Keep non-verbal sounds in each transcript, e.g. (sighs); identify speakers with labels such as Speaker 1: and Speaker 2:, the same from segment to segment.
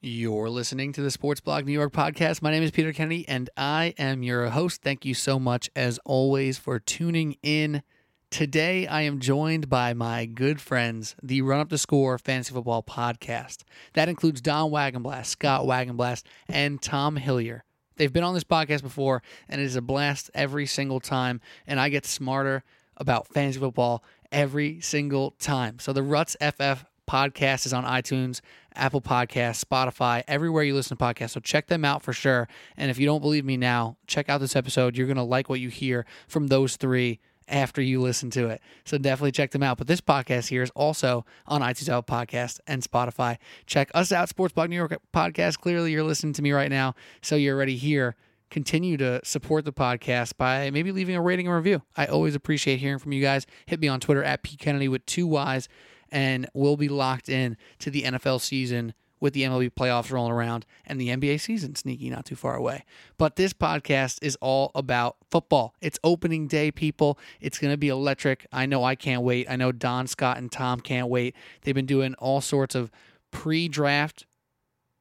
Speaker 1: You're listening to the Sports Blog New York podcast. My name is Peter Kennedy, and I am your host. Thank you so much, as always, for tuning in. Today, I am joined by my good friends, the Run Up the Score Fantasy Football podcast. That includes Don Wagonblast, Scott Wagonblast, and Tom Hillier. They've been on this podcast before, and it is a blast every single time. And I get smarter about fantasy football every single time. So the Ruts FF podcast is on iTunes, Apple Podcasts, Spotify, everywhere you listen to podcasts. So check them out for sure. And if you don't believe me now, check out this episode. You're going to like what you hear from those three after you listen to it. So definitely check them out. But this podcast here is also on iTunes, Apple Podcast, and Spotify. Check us out, Sports Blog New York podcast. Clearly, you're listening to me right now, so you're already here. Continue to support the podcast by maybe leaving a rating and review. I always appreciate hearing from you guys. Hit me on Twitter at P Kennedy with two Y's, and we'll be locked in to the NFL season with the MLB playoffs rolling around and the NBA season sneaky not too far away. But this podcast is all about football. It's opening day, people. It's going to be electric. I know I can't wait. I know Don, Scott, and Tom can't wait. They've been doing all sorts of pre draft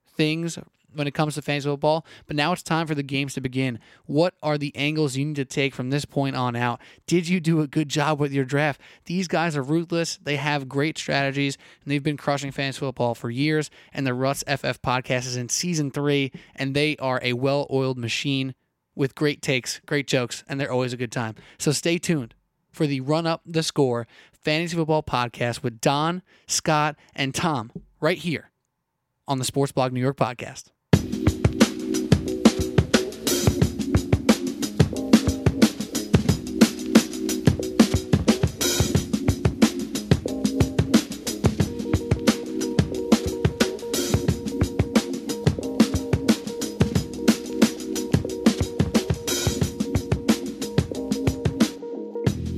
Speaker 1: things when it comes to fantasy football, but now it's time for the games to begin. What are the angles you need to take from this point on out? Did you do a good job with your draft? These guys are ruthless. They have great strategies, and they've been crushing fantasy football for years. And the Ruts FF podcast is in season three, and they are a well oiled machine with great takes, great jokes, and they're always a good time. So stay tuned for the Run Up the Score Fantasy Football Podcast with Don, Scott, and Tom right here on the Sports Blog New York podcast.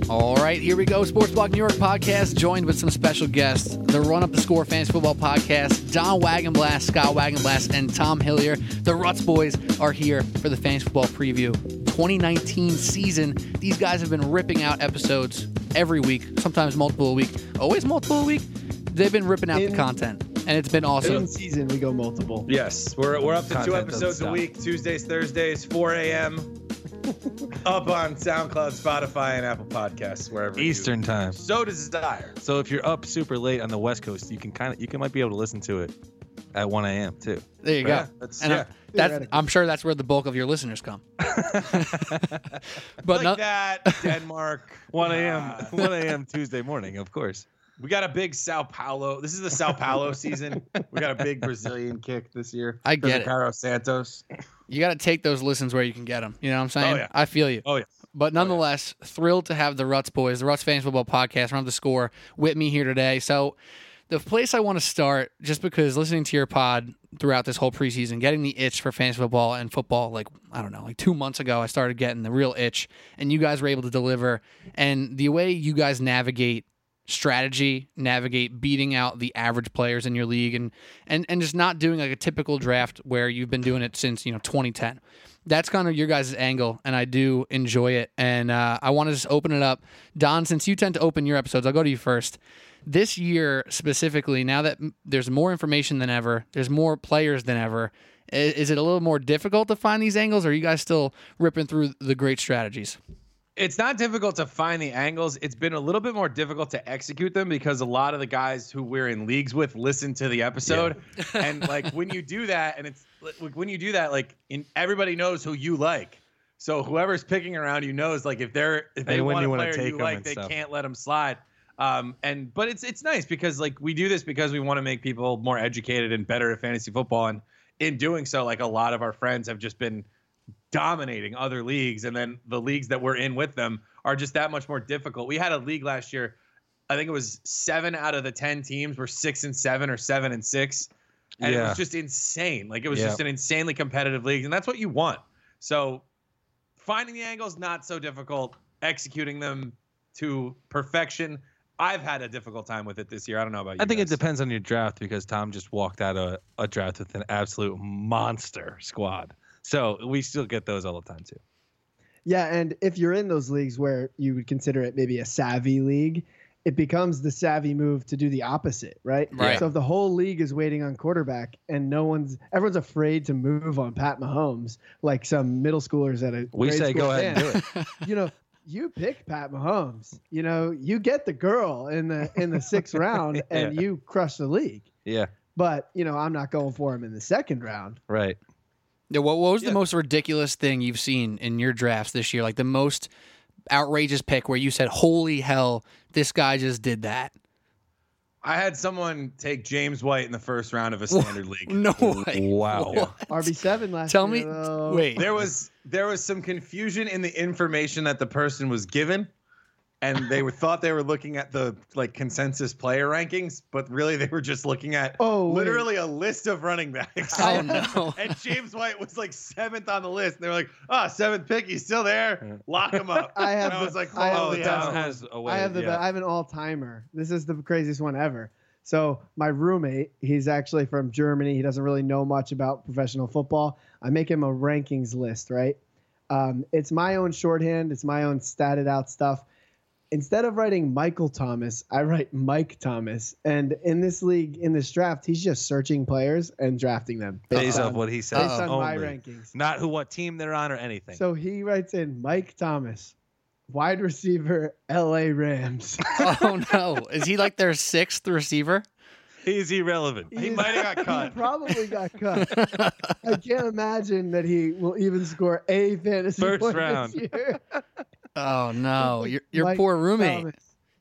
Speaker 1: All right, here we go. Sports Block New York podcast, joined with some special guests. The Run Up the Score Fantasy Football podcast, Don Wagonblast, Scott Wagonblast, and Tom Hillier. The Ruts Boys are here for the Fantasy Football Preview 2019 season. These guys have been ripping out episodes every week, sometimes multiple a week, always multiple a week. They've been ripping out the
Speaker 2: In-
Speaker 1: content, and it's been
Speaker 2: One
Speaker 1: awesome.
Speaker 2: season we go multiple.
Speaker 3: Yes, we're, we're up to two
Speaker 4: Content doesn't
Speaker 3: episodes a
Speaker 4: stop.
Speaker 3: week, Tuesdays, Thursdays, 4 a.m. up on SoundCloud, Spotify, and Apple Podcasts, wherever you
Speaker 4: Eastern time.
Speaker 3: so desire.
Speaker 4: So if you're up super late on the West Coast, you can kind of you can might be able to listen to it at 1 a.m. (laughs) too.
Speaker 1: There you go.
Speaker 3: Yeah, that's,
Speaker 1: And uh,
Speaker 3: yeah.
Speaker 1: I'm, that's,
Speaker 2: Theoretically.
Speaker 1: I'm sure that's where the bulk of your listeners come. But
Speaker 3: like
Speaker 1: no-
Speaker 3: that, Denmark.
Speaker 4: 1 a.m. (laughs)
Speaker 3: Uh,
Speaker 4: 1 a.m. Tuesday morning, of course.
Speaker 3: (laughs) we got a big Sao Paulo. This is the Sao Paulo season. We got a big Brazilian kick this year.
Speaker 1: I get it.
Speaker 3: Ricardo Santos.
Speaker 1: you got to take those listens where you can get them. You know what I'm saying?
Speaker 3: Oh, yeah.
Speaker 1: I feel you.
Speaker 3: Oh, yeah.
Speaker 1: But nonetheless, thrilled to have the Ruts boys, the Ruts Fans Football Podcast, run up the score with me here today. So, the place I want to start, just because listening to your pod throughout this whole preseason, getting the itch for fantasy football and football, like, I don't know, like two months ago, I started getting the real itch, and you guys were able to deliver. And the way you guys navigate strategy, navigate beating out the average players in your league, and, and, and just not doing like a typical draft where you've been doing it since, you know, 2010 that's kind of your guys' angle, and I do enjoy it. And uh, I want to just open it up, Don. Since you tend to open your episodes, I'll go to you first. This year specifically, now that m- there's more information than ever, there's more players than ever. i- Is it a little more difficult to find these angles? Or are you guys still ripping through the great strategies?
Speaker 3: it's not difficult to find the angles. It's been a little bit more difficult to execute them because a lot of the guys who we're in leagues with listen to the episode, and like when you do that, and it's like when you do that, like in, everybody knows who you like. So whoever's picking around you knows, like if they're if
Speaker 4: They
Speaker 3: they
Speaker 4: when
Speaker 3: want
Speaker 4: you
Speaker 3: a
Speaker 4: wanna
Speaker 3: player
Speaker 4: take
Speaker 3: you
Speaker 4: 'em
Speaker 3: like,
Speaker 4: and
Speaker 3: they
Speaker 4: stuff.
Speaker 3: can't let them slide. Um, and but it's it's nice because like we do this because we want to make people more educated and better at fantasy football, and in doing so, like a lot of our friends have just been dominating other leagues and then the leagues that we're in with them are just that much more difficult we had a league last year i think it was seven out of the 10 teams were six and seven or seven and six and it
Speaker 4: Yeah.
Speaker 3: was just insane like it was
Speaker 4: Yeah.
Speaker 3: just an insanely competitive league and that's what you want so finding the angles not so difficult executing them to perfection i've had a difficult time with it this year i don't know about you
Speaker 4: I think
Speaker 3: guys.
Speaker 4: it depends on your draft because Tom just walked out of a draft with an absolute monster squad. So we still get those all the time too.
Speaker 2: Yeah, and if you're in those leagues where you would consider it maybe a savvy league, it becomes the savvy move to do the opposite, right?
Speaker 1: Right.
Speaker 2: So if the whole league is waiting on quarterback and no one's everyone's afraid to move on Pat Mahomes, like some middle schoolers at a
Speaker 4: We
Speaker 2: grade
Speaker 4: say
Speaker 2: school
Speaker 4: go ahead and
Speaker 2: dance,
Speaker 4: do it.
Speaker 2: (laughs) You know, you pick Pat Mahomes. You know, you get the girl in the in the
Speaker 4: (laughs)
Speaker 2: sixth round and you crush the league.
Speaker 4: Yeah,
Speaker 2: But you know, I'm not going for him in the second round.
Speaker 4: right.
Speaker 1: Yeah, what, what was
Speaker 3: Yeah.
Speaker 1: the most ridiculous thing you've seen in your drafts this year? Like the most outrageous pick where you said, "Holy hell, this guy just did that."
Speaker 3: I had someone take James White in the first round
Speaker 4: (laughs)
Speaker 3: of a standard league.
Speaker 1: No way.
Speaker 4: (laughs) Wow.
Speaker 2: RB seven last.
Speaker 1: Tell
Speaker 2: year,
Speaker 1: me,
Speaker 2: though.
Speaker 1: wait.
Speaker 3: There was there was some confusion in the information that the person was given, and they were thought they were looking at the like consensus player rankings, but really they were just looking at
Speaker 2: Oh, wait.
Speaker 3: literally a list of running
Speaker 1: (laughs) (laughs)
Speaker 3: backs. (laughs)
Speaker 1: Oh no.
Speaker 3: and James White was like seventh on the list. And they were like, oh, seventh pick, he's still there. Lock him up.
Speaker 2: I have
Speaker 3: and I
Speaker 2: the-
Speaker 3: was like,
Speaker 2: I have
Speaker 3: holy
Speaker 2: the
Speaker 3: hell.
Speaker 2: best
Speaker 4: has a way.
Speaker 2: Oh, I have the
Speaker 4: yeah.
Speaker 2: I have an all timer. This is the craziest one ever. So my roommate, he's actually from Germany. He doesn't really know much about professional football. I make him a rankings list, right? Um, it's my own shorthand. It's my own statted out stuff. Instead of writing Michael Thomas, I write Mike Thomas. And in this league, in this draft, he's just searching players and drafting them
Speaker 4: Based
Speaker 2: based
Speaker 4: off
Speaker 2: on,
Speaker 4: what he says
Speaker 2: based on my
Speaker 4: only.
Speaker 2: rankings.
Speaker 4: Not who what team they're on or anything.
Speaker 2: So he writes in Mike Thomas, wide receiver,
Speaker 4: (laughs)
Speaker 2: L.A. Rams.
Speaker 1: oh no. Is he like their sixth receiver? (laughs)
Speaker 4: He's irrelevant.
Speaker 3: He
Speaker 2: is-
Speaker 3: might have got
Speaker 2: (laughs) He
Speaker 3: cut.
Speaker 2: probably got cut. I can't imagine that he will even score a fantasy
Speaker 4: First
Speaker 2: point
Speaker 4: round.
Speaker 2: this year.
Speaker 1: Oh no. Your your
Speaker 2: Mike
Speaker 1: poor roommate.
Speaker 2: Thomas.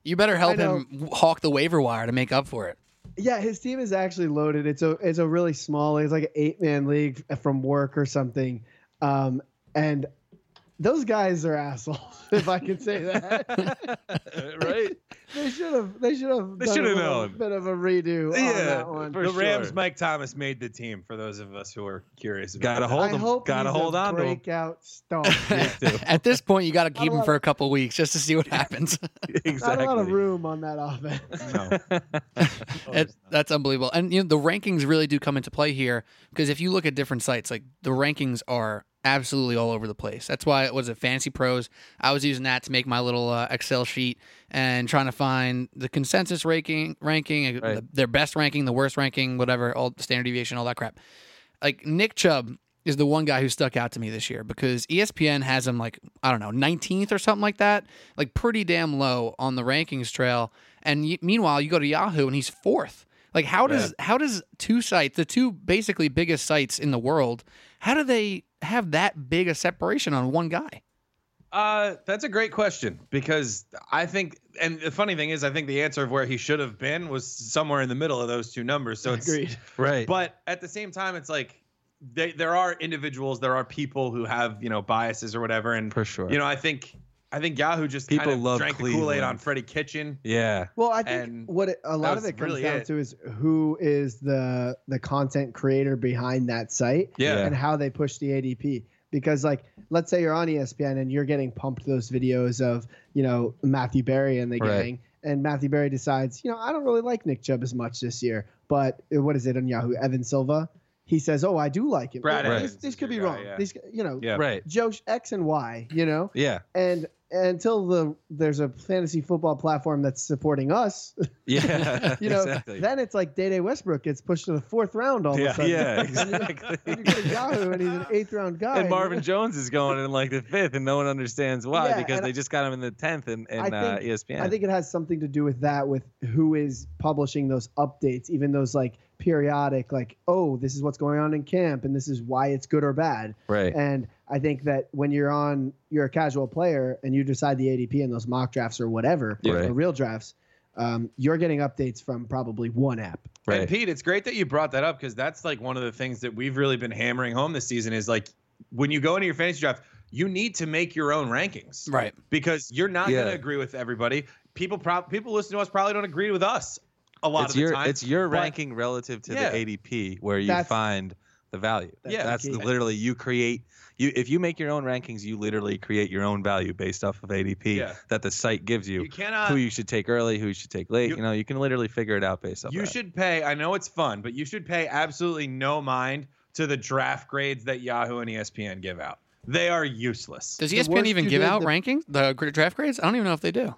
Speaker 1: You better help
Speaker 2: I know.
Speaker 1: him hawk the waiver wire to make up for (laughs) it.
Speaker 2: Yeah, his team is actually loaded. It's a it's a really small. It's like an eight man league from work or something, um, and those guys are assholes. (laughs) If I can
Speaker 4: (laughs)
Speaker 2: say that, (laughs)
Speaker 4: right?
Speaker 2: they should have they should have
Speaker 4: They
Speaker 2: done a
Speaker 4: should've
Speaker 2: little
Speaker 4: known.
Speaker 2: bit of a redo on that
Speaker 4: (laughs)
Speaker 2: one.
Speaker 4: for
Speaker 3: the Rams,
Speaker 4: sure.
Speaker 3: Mike Thomas made the team. For those of us who are curious, about
Speaker 4: Gotta
Speaker 3: that.
Speaker 4: hold
Speaker 2: I
Speaker 4: him.
Speaker 2: hope
Speaker 4: Gotta
Speaker 2: he's
Speaker 4: hold
Speaker 2: a
Speaker 4: on to him.
Speaker 2: breakout
Speaker 4: (laughs)
Speaker 2: star.
Speaker 1: (laughs) At this point, you got to keep him
Speaker 2: love
Speaker 1: for a couple weeks just to see what happens. (laughs)
Speaker 4: exactly.
Speaker 2: Not a lot of room on that (laughs) offense.
Speaker 3: No.
Speaker 1: It- that's unbelievable. And you know, the rankings really do come into play here because if you look at different sites, like the rankings are absolutely all over the place. That's why it was at Fancy Pros. I was using that to make my little uh, Excel sheet and trying to find the consensus ranking, ranking, uh,
Speaker 4: Right.
Speaker 1: the- their best ranking, the worst ranking, whatever, all standard deviation, all that crap. Like Nick Chubb is the one guy who stuck out to me this year because E ESPN has him like I don't know 19th or something like that, like pretty damn low on the rankings trail. And y- meanwhile, you go to Yahoo and he's fourth. Like how does how does two sites, the two basically biggest sites in the world, how do they have that big a separation on one guy?
Speaker 3: Uh, that's a great question because I think, and the funny thing is, I think the answer of where he should have been was somewhere in the middle of those two numbers. So it's,
Speaker 2: Agreed.
Speaker 4: Right.
Speaker 3: but at the same time, it's like they, there are individuals, there are people who have you know biases or whatever, and
Speaker 4: for sure.
Speaker 3: you know, I think, I think Yahoo just
Speaker 4: People
Speaker 3: kind of
Speaker 4: love
Speaker 3: drank the Kool Aid
Speaker 4: Cleveland.
Speaker 3: on Freddie Kitchen.
Speaker 4: yeah.
Speaker 2: Well, I think
Speaker 3: And
Speaker 2: what it, a lot
Speaker 3: was
Speaker 2: of it comes
Speaker 3: really
Speaker 2: down
Speaker 3: it.
Speaker 2: to is who is the the content creator behind that site
Speaker 4: Yeah.
Speaker 2: and how they push the ADP. Because like, let's say you're on E ESPN and you're getting pumped those videos of you know Matthew Berry and the
Speaker 4: Right.
Speaker 2: gang, and Matthew Berry decides, you know, I don't really like Nick Chubb as much this year, but uh, what is it on Yahoo? Evan Silva, he says, oh, I do like him.
Speaker 3: Brad
Speaker 2: Oh,
Speaker 4: Evans
Speaker 2: These,
Speaker 3: is
Speaker 2: these could be
Speaker 3: your guy,
Speaker 2: wrong.
Speaker 3: yeah.
Speaker 2: These, you know,
Speaker 3: Yeah.
Speaker 4: Right.
Speaker 2: Joe X and Y, you know,
Speaker 4: Yeah.
Speaker 2: and until the there's a fantasy football platform that's supporting us, (laughs)
Speaker 4: Yeah.
Speaker 2: you know,
Speaker 4: exactly.
Speaker 2: then it's like Day Day Westbrook gets pushed to the fourth round all of
Speaker 4: yeah.
Speaker 2: a sudden. (laughs)
Speaker 4: Yeah.
Speaker 2: And you go to
Speaker 4: Exactly.
Speaker 2: Yahoo and he's an eighth round guy.
Speaker 4: and Marvin Jones is going in like the fifth, and no one understands why
Speaker 2: Yeah,
Speaker 4: because
Speaker 2: and
Speaker 4: they just got him in the tenth and, and
Speaker 2: I
Speaker 4: uh,
Speaker 2: think-
Speaker 4: ESPN.
Speaker 2: I think it has something to do with that, with who is publishing those updates, even those like periodic, like, oh, this is what's going on in camp and this is why it's good or bad.
Speaker 4: right.
Speaker 2: And I think that when you're on, you're a casual player and you decide the ADP in those mock drafts or whatever,
Speaker 4: Yeah.
Speaker 2: or real drafts, um, you're getting updates from probably one app.
Speaker 3: And Pete, it's great that you brought that up because that's like one of the things that we've really been hammering home this season is like when you go into your fantasy draft, you need to make your own rankings.
Speaker 1: Right.
Speaker 3: because you're not
Speaker 4: Yeah.
Speaker 3: going to agree with everybody. People prob- people listen to us probably don't agree with us a lot
Speaker 4: It's
Speaker 3: of the
Speaker 4: your
Speaker 3: time.
Speaker 4: it's your
Speaker 3: but-
Speaker 4: ranking relative to
Speaker 3: Yeah.
Speaker 4: the ADP where you
Speaker 2: That's-
Speaker 4: find the value.
Speaker 2: That's
Speaker 3: Yeah.
Speaker 2: the
Speaker 4: that's
Speaker 2: key.
Speaker 4: literally you create you if you make your own rankings, you literally create your own value based off of ADP
Speaker 3: Yeah.
Speaker 4: that the site gives you.
Speaker 3: you cannot.
Speaker 4: who
Speaker 3: You,
Speaker 4: you should take early, who you should take late.
Speaker 3: You-
Speaker 4: You, know, you can literally figure it out based off. that.
Speaker 3: should pay. I know it's fun, but you should pay absolutely no mind to the draft grades that Yahoo and E ESPN give out. They are useless.
Speaker 1: Does E
Speaker 2: The
Speaker 1: ESPN
Speaker 2: worst
Speaker 1: even
Speaker 2: you
Speaker 1: give
Speaker 2: did
Speaker 1: out
Speaker 2: the-
Speaker 1: rankings, the gr- draft grades? I don't even know if they do.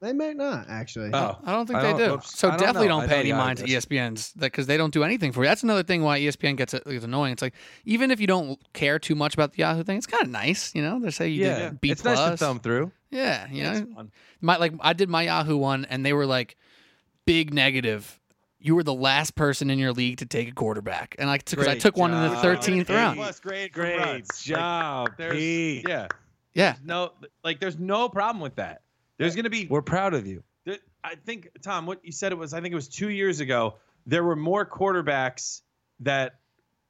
Speaker 2: They might not actually.
Speaker 4: Oh,
Speaker 1: I don't think
Speaker 4: I
Speaker 1: they
Speaker 4: don't-
Speaker 1: do.
Speaker 4: oops.
Speaker 1: so
Speaker 4: I don't
Speaker 1: definitely
Speaker 4: know.
Speaker 1: don't,
Speaker 4: I
Speaker 1: pay
Speaker 4: know
Speaker 1: any
Speaker 4: the
Speaker 1: mind to E
Speaker 4: obvious.
Speaker 1: ESPN's because they don't do anything for you. That's another thing why E ESPN gets it, it's annoying. It's like even if you don't care too much about the Yahoo thing, it's kind of nice, you know. They say you
Speaker 4: yeah,
Speaker 1: did B
Speaker 4: it's
Speaker 1: plus.
Speaker 4: nice to thumb through.
Speaker 1: Yeah, you
Speaker 3: It's
Speaker 1: know,
Speaker 3: fun.
Speaker 1: my like I did my Yahoo one, and they were like big negative. You were the last person in your league to take a quarterback, and I took 'cause I
Speaker 4: Great
Speaker 1: took one in the
Speaker 4: job.
Speaker 1: thirteenth
Speaker 4: Great
Speaker 1: round.
Speaker 3: Plus grade, for
Speaker 4: Great
Speaker 3: runs. Like,
Speaker 4: job,
Speaker 3: there's-
Speaker 4: Pete.
Speaker 3: yeah.
Speaker 1: Yeah,
Speaker 3: No, like there's no problem with that. There's going to be
Speaker 4: We're proud of you.
Speaker 3: There- I think Tom, what you said it was. I think it was two years ago. There were more quarterbacks that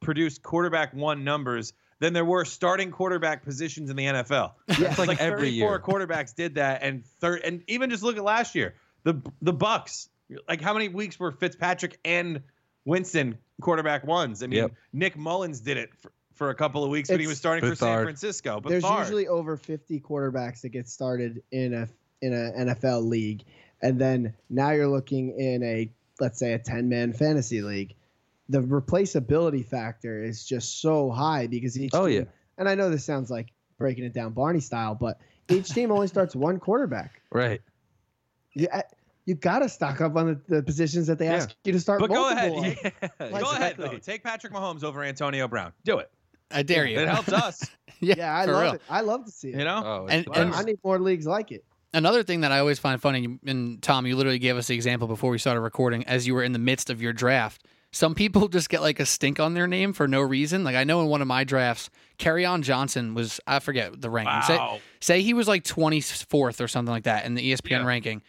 Speaker 3: produced quarterback one numbers than there were starting quarterback positions in the NFL.
Speaker 2: yeah.
Speaker 4: It's like,
Speaker 3: 34
Speaker 4: every year.
Speaker 3: quarterbacks did that, and third, and even just look at last year. The the Bucks, like how many weeks were Fitzpatrick and Winston quarterback ones? I mean,
Speaker 4: Yep.
Speaker 3: Nick Mullins did it for, for a couple of weeks when he
Speaker 2: It's-
Speaker 3: was starting for San
Speaker 4: Bethard.
Speaker 3: Francisco. But
Speaker 2: There's usually over 50 quarterbacks that get started in a in a NFL league, and then now you're looking in a let's say a 10 man fantasy league. The replaceability factor is just so high because each
Speaker 4: Oh,
Speaker 2: team,
Speaker 4: yeah.
Speaker 2: and I know this sounds like breaking it down Barney style, but each team only starts one quarterback.
Speaker 4: Right.
Speaker 2: You you gotta stock up on the, the positions that they
Speaker 4: Yeah.
Speaker 2: ask you to start.
Speaker 3: But go
Speaker 2: multiple
Speaker 3: ahead,
Speaker 2: on.
Speaker 3: (laughs) yeah.
Speaker 2: Like,
Speaker 3: go ahead
Speaker 4: exactly.
Speaker 3: though. Take Patrick Mahomes over Antonio Brown. Do it.
Speaker 1: I dare you.
Speaker 3: It helps us. (laughs)
Speaker 1: Yeah,
Speaker 2: Yeah, I
Speaker 1: for
Speaker 2: love
Speaker 1: real.
Speaker 2: it. I love to see it.
Speaker 3: You know.
Speaker 4: Oh,
Speaker 1: And-
Speaker 4: it's
Speaker 2: I-
Speaker 1: and-
Speaker 2: I need more leagues like it.
Speaker 1: Another thing that I always find funny, and Tom, you literally gave us the example before we started recording, as you were in the midst of your draft. Some people (laughs) just get like a stink on their name for no reason. Like I know in one of my drafts, Carry On Johnson was I forget the ranking. Say-
Speaker 3: Wow.
Speaker 1: say he was like 24th or something like that in the E ESPN
Speaker 3: Yeah.
Speaker 1: ranking.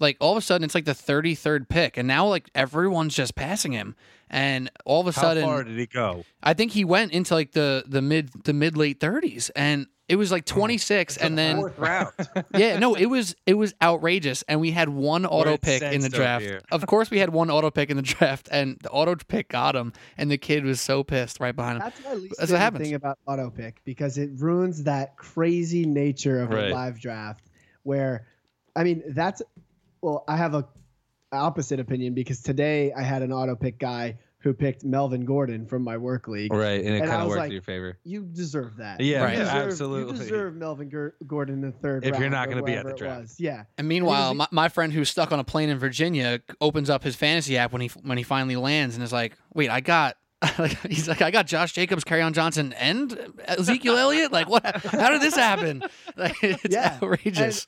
Speaker 1: Like all of a sudden it's like the 33rd pick and now like everyone's just passing him and all of a
Speaker 4: how
Speaker 1: sudden
Speaker 4: far did he go?
Speaker 1: I think he went into like the the mid the mid late 30s and it was like 26 and then
Speaker 3: fourth round.
Speaker 1: yeah no it was it was outrageous and we had one auto
Speaker 4: it
Speaker 1: pick in the
Speaker 4: sensed over
Speaker 1: draft.
Speaker 4: here.
Speaker 1: Of course we had one auto pick in the (laughs) draft and the auto pick got him and the kid was so pissed right behind him.
Speaker 2: That's my least
Speaker 1: That's what
Speaker 2: favorite
Speaker 1: happens.
Speaker 2: thing about auto pick because it ruins that crazy nature of
Speaker 4: Right.
Speaker 2: a live draft. Where, I mean, that's well, I have a opposite opinion because today I had an auto pick guy who picked Melvin Gordon from my work league.
Speaker 4: Right, and it
Speaker 2: And I
Speaker 4: kind of
Speaker 2: was
Speaker 4: worked
Speaker 2: like,
Speaker 4: in your favor.
Speaker 2: You deserve that.
Speaker 4: Yeah,
Speaker 1: Right.
Speaker 2: You deserve-
Speaker 4: absolutely.
Speaker 2: You deserve Melvin Gur- Gordon in the third.
Speaker 4: If you're
Speaker 2: round
Speaker 4: not
Speaker 2: or
Speaker 4: gonna be at
Speaker 2: wherever
Speaker 4: the
Speaker 2: it
Speaker 4: draft.
Speaker 2: was. yeah.
Speaker 1: And meanwhile,
Speaker 2: he-
Speaker 1: my, my friend who's stuck on a plane in Virginia opens up his fantasy app when he when he finally lands and is like, "Wait, I got." (laughs) he's like, I got Josh Jacobs, on Johnson, and Ezekiel Elliott. Like, what? How did this happen? (laughs) Like, it's
Speaker 2: Yeah.
Speaker 1: outrageous.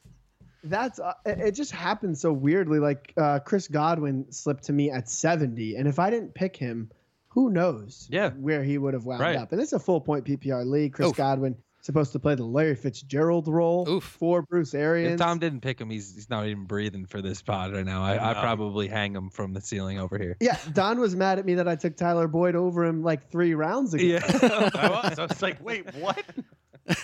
Speaker 2: That's uh, it it just happened so weirdly. Like uh, Chris Godwin slipped to me at 70, and if I didn't pick him, who knows
Speaker 4: Yeah.
Speaker 2: where he would have wound
Speaker 4: Right.
Speaker 2: up. And it's a full point PPR league. Chris
Speaker 1: Oof.
Speaker 2: Godwin supposed to play the Larry Fitzgerald role
Speaker 1: Oof.
Speaker 2: for Bruce Arians.
Speaker 4: If Tom didn't pick him, he's he's not even breathing for this pod right now. I I
Speaker 3: No.
Speaker 4: probably hang him from the ceiling over here.
Speaker 2: yeah, Don was mad at me that I took Tyler Boyd over him like three rounds ago.
Speaker 3: I was. I was like, wait, what?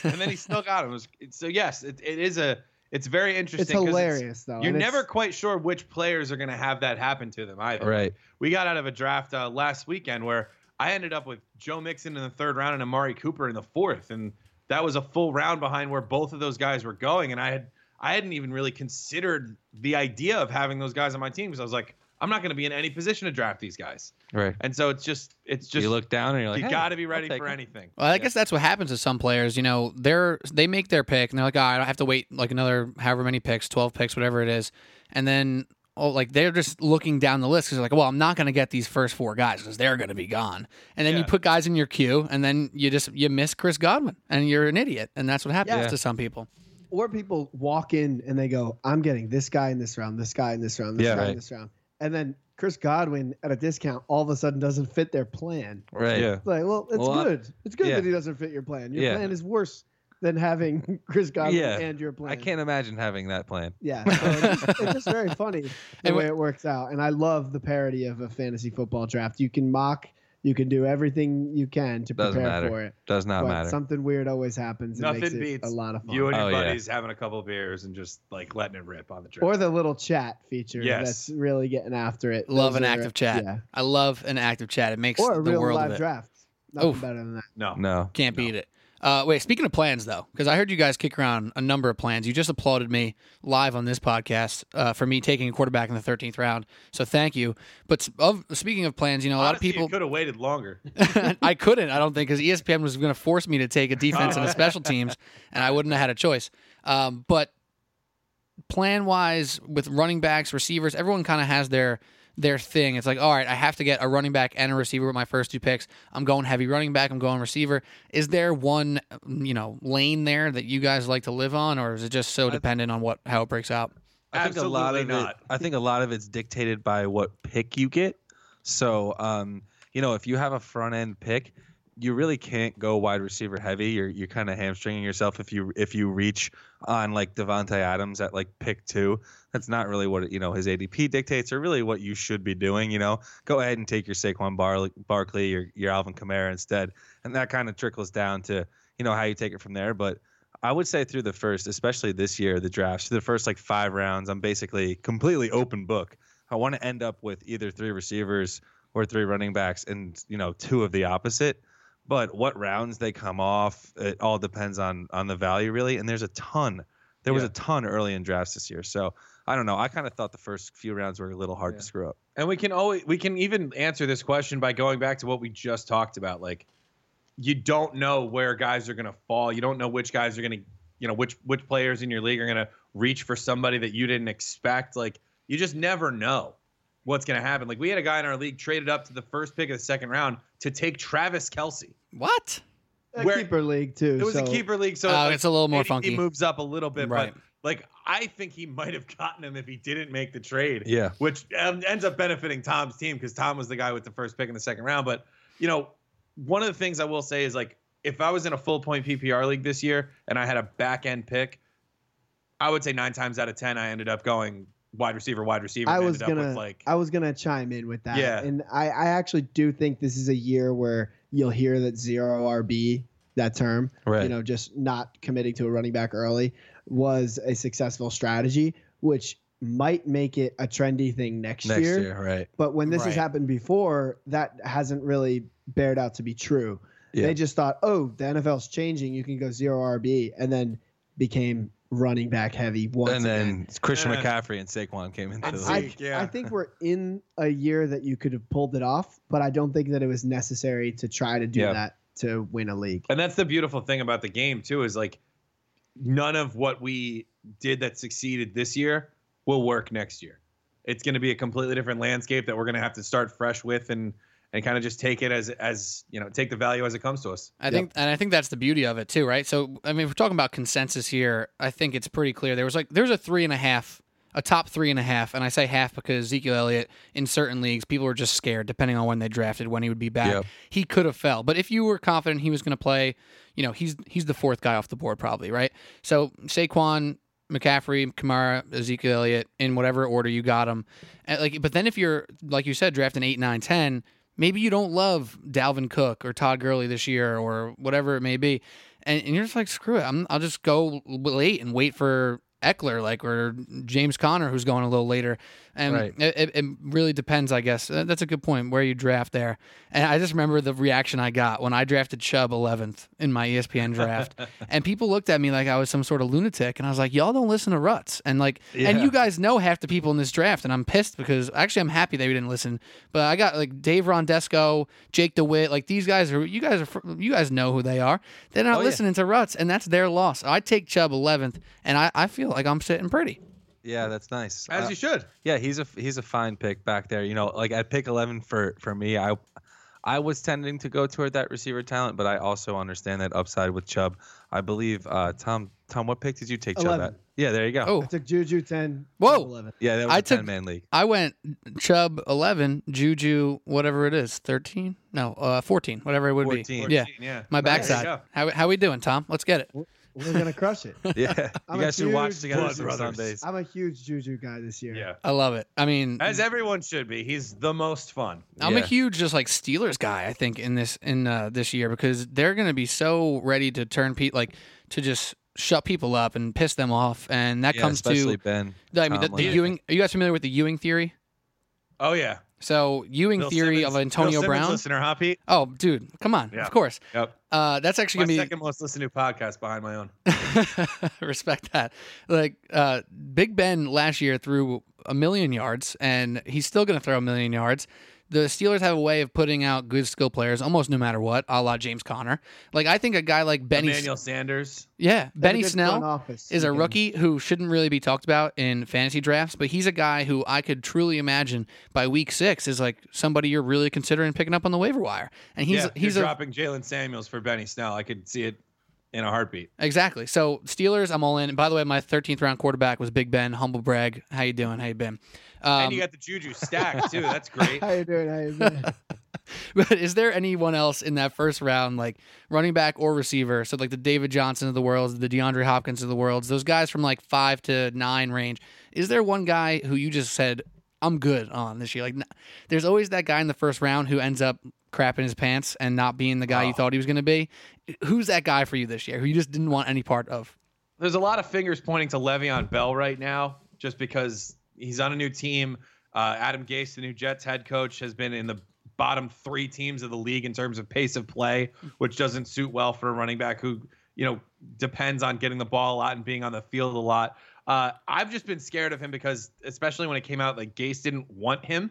Speaker 3: And then he still got him. It was- so yes, it, it is a. It's very interesting.
Speaker 2: It's
Speaker 3: 'cause
Speaker 2: hilarious though.
Speaker 3: you're
Speaker 2: and it's-
Speaker 3: never quite sure which players are going to have that happen to them either.
Speaker 4: Right.
Speaker 3: We got out of a draft uh, last weekend where I ended up with Joe Mixon in the third round and Amari Cooper in the fourth, and that was a full round behind where both of those guys were going. And I had I hadn't even really considered the idea of having those guys on my team because I was like, I'm not going to be in any position to draft these guys.
Speaker 4: Right.
Speaker 3: And so it's just it's just
Speaker 4: you look down and you're like,
Speaker 3: you
Speaker 4: "Hey,
Speaker 3: got to be
Speaker 4: I'll
Speaker 3: ready
Speaker 4: take
Speaker 3: for
Speaker 4: him."
Speaker 3: anything.
Speaker 1: Well, I guess that's what happens to some players. You know, they're they make their pick and they're like, oh, I don't have to wait like another however many picks, twelve picks, whatever it is, and then oh, like they're just looking down the list because they're like, well, I'm not going to get these first four guys because they're going to be gone, and then you
Speaker 3: Yeah.
Speaker 1: put guys in your queue, and then you just you miss Chris Godwin, and you're an idiot, and that's what happens
Speaker 4: Yeah.
Speaker 1: to some people.
Speaker 2: or people walk in and they go, I'm getting this guy in this round, this guy in this round, this
Speaker 4: Yeah,
Speaker 2: guy
Speaker 4: right.
Speaker 2: in this round. And then Chris Godwin at a discount all of a sudden doesn't fit their plan.
Speaker 4: Right.
Speaker 2: It's Like, well, it's
Speaker 4: Well, I-
Speaker 2: good. It's good
Speaker 4: yeah.
Speaker 2: that he doesn't fit your plan. Your
Speaker 4: Yeah.
Speaker 2: plan is worse than having (laughs) Chris Godwin
Speaker 4: Yeah.
Speaker 2: and your plan.
Speaker 4: I can't imagine having that plan. (laughs)
Speaker 2: Yeah, so it's, just, it's just very funny the
Speaker 1: And
Speaker 2: way it works out, and I love the parody of a fantasy football draft. You can mock, you can do everything you can to
Speaker 4: Doesn't
Speaker 2: prepare
Speaker 4: matter.
Speaker 2: for it,
Speaker 4: Does not
Speaker 2: but
Speaker 4: matter.
Speaker 2: something weird always happens. and
Speaker 3: Nothing
Speaker 2: makes it
Speaker 3: beats
Speaker 2: a lot of fun.
Speaker 3: You and your
Speaker 4: Oh, yeah.
Speaker 3: buddies having a couple beers and just like letting it rip on the trip.
Speaker 2: or the little chat feature
Speaker 3: Yes.
Speaker 2: that's really getting after it.
Speaker 1: Love
Speaker 2: Those
Speaker 1: an
Speaker 2: are-
Speaker 1: active chat.
Speaker 2: yeah.
Speaker 1: I love an active chat; it makes
Speaker 2: or a
Speaker 1: the
Speaker 2: real
Speaker 1: world of
Speaker 2: live
Speaker 1: it.
Speaker 2: draft. Nothing
Speaker 1: Oof.
Speaker 2: better than that.
Speaker 3: no.
Speaker 4: no.
Speaker 1: Can't beat it. Uh, wait, speaking of plans, though, because I heard you guys kick around a number of plans. You just applauded me live on this podcast uh, for me taking a quarterback in the 13th round. So thank you. But s- of, speaking of plans, you know, a lot of people.
Speaker 3: could have waited longer.
Speaker 1: (laughs) I couldn't, I don't think, E because ESPN was going to force
Speaker 3: Oh.
Speaker 1: me to take a defense and a special teams, and I wouldn't have had a choice. Um, but plan wise with running backs, receivers, everyone kind of has their their thing. It's like, all right, I have to get a running back and a receiver with my first two picks. I'm going heavy running back. I'm going receiver. Is there one you know lane there that you guys like to live on, or is it just so dependent on what how it breaks out?
Speaker 4: I think a lot
Speaker 3: Absolutely
Speaker 4: of
Speaker 3: not.
Speaker 4: It, I think a lot of it's dictated by what pick you get. So, um, you know, if you have a front end pick, you really can't go wide receiver heavy. You're you're kind of hamstringing yourself if you if you reach on like Devontae Adams at like pick two. That's not really what you know his ADP dictates, or really what you should be doing. You know, go ahead and take your Saquon Bar- Barkley, your your Alvin Kamara instead, and that kind of trickles down to you know how you take it from there. But I would say through the first, especially this year, the drafts, through the first like five rounds, I'm basically completely open book. I want to end up with either three receivers or three running backs and, you know, two of the opposite. But what rounds they come off, it all depends on on the value really. And there's a ton. There was
Speaker 3: Yeah.
Speaker 4: a ton early in drafts this year. So I don't know. I kind of thought the first few rounds were a little hard
Speaker 3: Yeah.
Speaker 4: to screw up.
Speaker 3: And we can always we can even answer this question by going back to what we just talked about. Like you don't know where guys are gonna fall. You don't know which guys are gonna you know, which which players in your league are gonna reach for somebody that you didn't expect. Like you just never know what's gonna happen. Like we had a guy in our league traded up to the first pick of the second round to take Travis Kelsey.
Speaker 1: What?
Speaker 2: A
Speaker 3: Where-
Speaker 2: keeper league too.
Speaker 3: It was
Speaker 2: so-
Speaker 3: a keeper league, so
Speaker 1: Oh,
Speaker 3: like,
Speaker 1: it's a little more
Speaker 3: maybe
Speaker 1: funky.
Speaker 3: He moves up a little bit,
Speaker 1: Right.
Speaker 3: but like I think he might have gotten him if he didn't make the trade
Speaker 4: Yeah.
Speaker 3: which um, ends up benefiting Tom's team because Tom was the guy with the first pick in the second round. But you know, one of the things I will say is like, if I was in a full point PPR league this year and I had a back end pick, I would say nine times out of ten I ended up going wide receiver, wide receiver.
Speaker 2: I
Speaker 3: and
Speaker 2: was
Speaker 3: ended up
Speaker 2: gonna-
Speaker 3: with like
Speaker 2: I was gonna chime in with that.
Speaker 3: Yeah.
Speaker 2: And I, I actually do think this is a year where you'll hear that zero RB, that term,
Speaker 4: Right.
Speaker 2: you know, just not committing to a running back early was a successful strategy, which might make it a trendy thing next,
Speaker 4: Next
Speaker 2: year.
Speaker 4: year. right.
Speaker 2: But when this has
Speaker 1: Right.
Speaker 2: happened before, that hasn't really bared out to be true.
Speaker 4: Yeah.
Speaker 2: They just thought, oh, the NFL's changing. You can go zero RB, and then became running back heavy once
Speaker 4: And
Speaker 2: again.
Speaker 4: then Christian
Speaker 3: Yeah.
Speaker 4: McCaffrey and Saquon came into
Speaker 3: And
Speaker 4: the
Speaker 2: I,
Speaker 4: league.
Speaker 3: Zeke. yeah.
Speaker 2: I think we're in a year that you could have pulled it off, but I don't think that it was necessary to try to do
Speaker 4: Yeah.
Speaker 2: that to win a league.
Speaker 3: And that's the beautiful thing about the game too is like none of what we did that succeeded this year will work next year. It's going to be a completely different landscape that we're going to have to start fresh with and and kind of just take it as as you know take the value as it comes to us.
Speaker 1: I think, and I think that's the beauty of it too, right? So, I mean, if we're talking about consensus here, I think it's pretty clear. There was like, there's a three and a half, a top three and a half, and I say half because Ezekiel Elliott in certain leagues, people were just scared, depending on when they drafted, when he would be back.
Speaker 4: Yep.
Speaker 1: He could have fell, but if you were confident he was going to play, you know, he's he's the fourth guy off the board probably, right? So Saquon. McCaffrey, Kamara, Ezekiel Elliott, in whatever order you got them. Like, but then if you're, like you said, drafting eight, nine, ten, maybe you don't love Dalvin Cook or Todd Gurley this year or whatever it may be, and, and you're just like, screw it, I'm, I'll just go late and wait for Eckler, like or James Conner, who's going a little later, and
Speaker 4: Right.
Speaker 1: it, it, it really depends, I guess. Uh, That's a good point where you draft there, and I just remember the reaction I got when I drafted Chubb 11th in my E ESPN draft,
Speaker 4: (laughs)
Speaker 1: and people looked at me like I was some sort of lunatic, and I was like, y'all don't listen to ruts, and like, and
Speaker 4: Yeah.
Speaker 1: you guys know half the people in this draft, and I'm pissed because actually I'm happy they didn't listen. But I got like Dave Rondesco, Jake DeWitt, like these guys are you guys are fr- you guys know who they are. They're not
Speaker 4: Oh, yeah.
Speaker 1: listening to Ruts, and that's their loss. I take Chubb 11th, and I, I feel like I'm sitting pretty.
Speaker 4: Yeah, that's nice.
Speaker 3: As
Speaker 4: Uh,
Speaker 3: you should.
Speaker 4: Yeah, he's a he's a fine pick back there. You know, like at pick eleven for for me, I I was tending to go toward that receiver talent, but I also understand that upside with Chubb. I believe uh, Tom Tom, what pick did you take Chubb
Speaker 2: 11.
Speaker 4: at? Yeah, there you go.
Speaker 1: Oh,
Speaker 2: I took Juju 10.
Speaker 1: Whoa.
Speaker 2: 11.
Speaker 4: yeah, that was
Speaker 1: I
Speaker 4: a
Speaker 1: took-
Speaker 4: ten man league.
Speaker 1: I went Chubb 11, Juju whatever it is 13, no uh, 14, whatever it would be.
Speaker 4: 14.
Speaker 1: Yeah,
Speaker 3: yeah.
Speaker 1: my
Speaker 3: There you
Speaker 1: backside.
Speaker 3: go.
Speaker 1: How how we doing, Tom? Let's get it.
Speaker 2: We're going to crush
Speaker 4: (laughs)
Speaker 2: it.
Speaker 4: Yeah,
Speaker 2: I'm
Speaker 4: you
Speaker 2: a
Speaker 4: guys should watch
Speaker 2: huge
Speaker 4: together
Speaker 3: Blood
Speaker 4: some
Speaker 3: Brothers.
Speaker 4: Sundays.
Speaker 2: I'm a huge Juju guy this year.
Speaker 3: Yeah.
Speaker 1: I love it. I mean,
Speaker 3: As everyone should be. He's the most fun.
Speaker 1: I'm a
Speaker 4: Yeah.
Speaker 1: huge just like Steelers guy. I think in this in uh, this year because they're going to be so ready to turn pe- like to just shut people up and piss them off, and that
Speaker 4: Yeah,
Speaker 1: comes
Speaker 4: especially
Speaker 1: to
Speaker 4: Ben.
Speaker 1: I mean the, the
Speaker 4: Tomlin.
Speaker 1: Ewing. Are you guys familiar with the Ewing theory?
Speaker 3: Oh yeah.
Speaker 1: So Ewing
Speaker 3: Bill
Speaker 1: theory
Speaker 3: Simmons-
Speaker 1: of Antonio
Speaker 3: Bill Simmons
Speaker 1: Brown.
Speaker 3: listener, huh, Pete?
Speaker 1: Oh, dude, come on!
Speaker 3: Yeah.
Speaker 1: Of course,
Speaker 3: Yep.
Speaker 1: uh, that's actually
Speaker 3: My
Speaker 1: going to be
Speaker 3: second most listened to podcast behind my own.
Speaker 1: (laughs) Respect that. Like uh, Big Ben last year threw a million yards, and he's still going to throw a million yards. the Steelers have a way of putting out good skill players almost no matter what, a la James Conner. Like I think a guy like Benny,
Speaker 3: Emmanuel Sanders.
Speaker 1: yeah,
Speaker 2: They have a
Speaker 1: Benny
Speaker 2: good
Speaker 1: Snell
Speaker 2: front office.
Speaker 1: is a
Speaker 2: You can-
Speaker 1: rookie who shouldn't really be talked about in fantasy drafts, but he's a guy who I could truly imagine by week six is like somebody you're really considering picking up on the waiver wire. And he's
Speaker 3: yeah,
Speaker 1: he's
Speaker 3: you're
Speaker 1: a
Speaker 3: dropping Jalen Samuels for Benny Snell. I could see it in a heartbeat.
Speaker 1: exactly. So Steelers, I'm all in. And by the way, my 13th round quarterback was Big Ben. Humble brag. How you doing? How you been? Um,
Speaker 3: and you got the Juju stack too. That's great.
Speaker 2: How you doing? How you doing?
Speaker 1: (laughs) but is there anyone else in that first round, like running back or receiver? So like the David Johnson of the world, the DeAndre Hopkins of the world, those guys from like five to nine range. Is there one guy who you just said I'm good on this year? Like, n- there's always that guy in the first round who ends up crapping his pants and not being the guy you
Speaker 3: Oh.
Speaker 1: thought he was going to be. Who's that guy for you this year? Who you just didn't want any part of?
Speaker 3: There's a lot of fingers pointing to Le'Veon Bell right now, just because he's on a new team. Uh, Adam Gase, the new Jets head coach, has been in the bottom three teams of the league in terms of pace of play, which doesn't suit well for a running back who, you know, depends on getting the ball a lot and being on the field a lot. Uh, I've just been scared of him because, especially when it came out, like Gase didn't want him.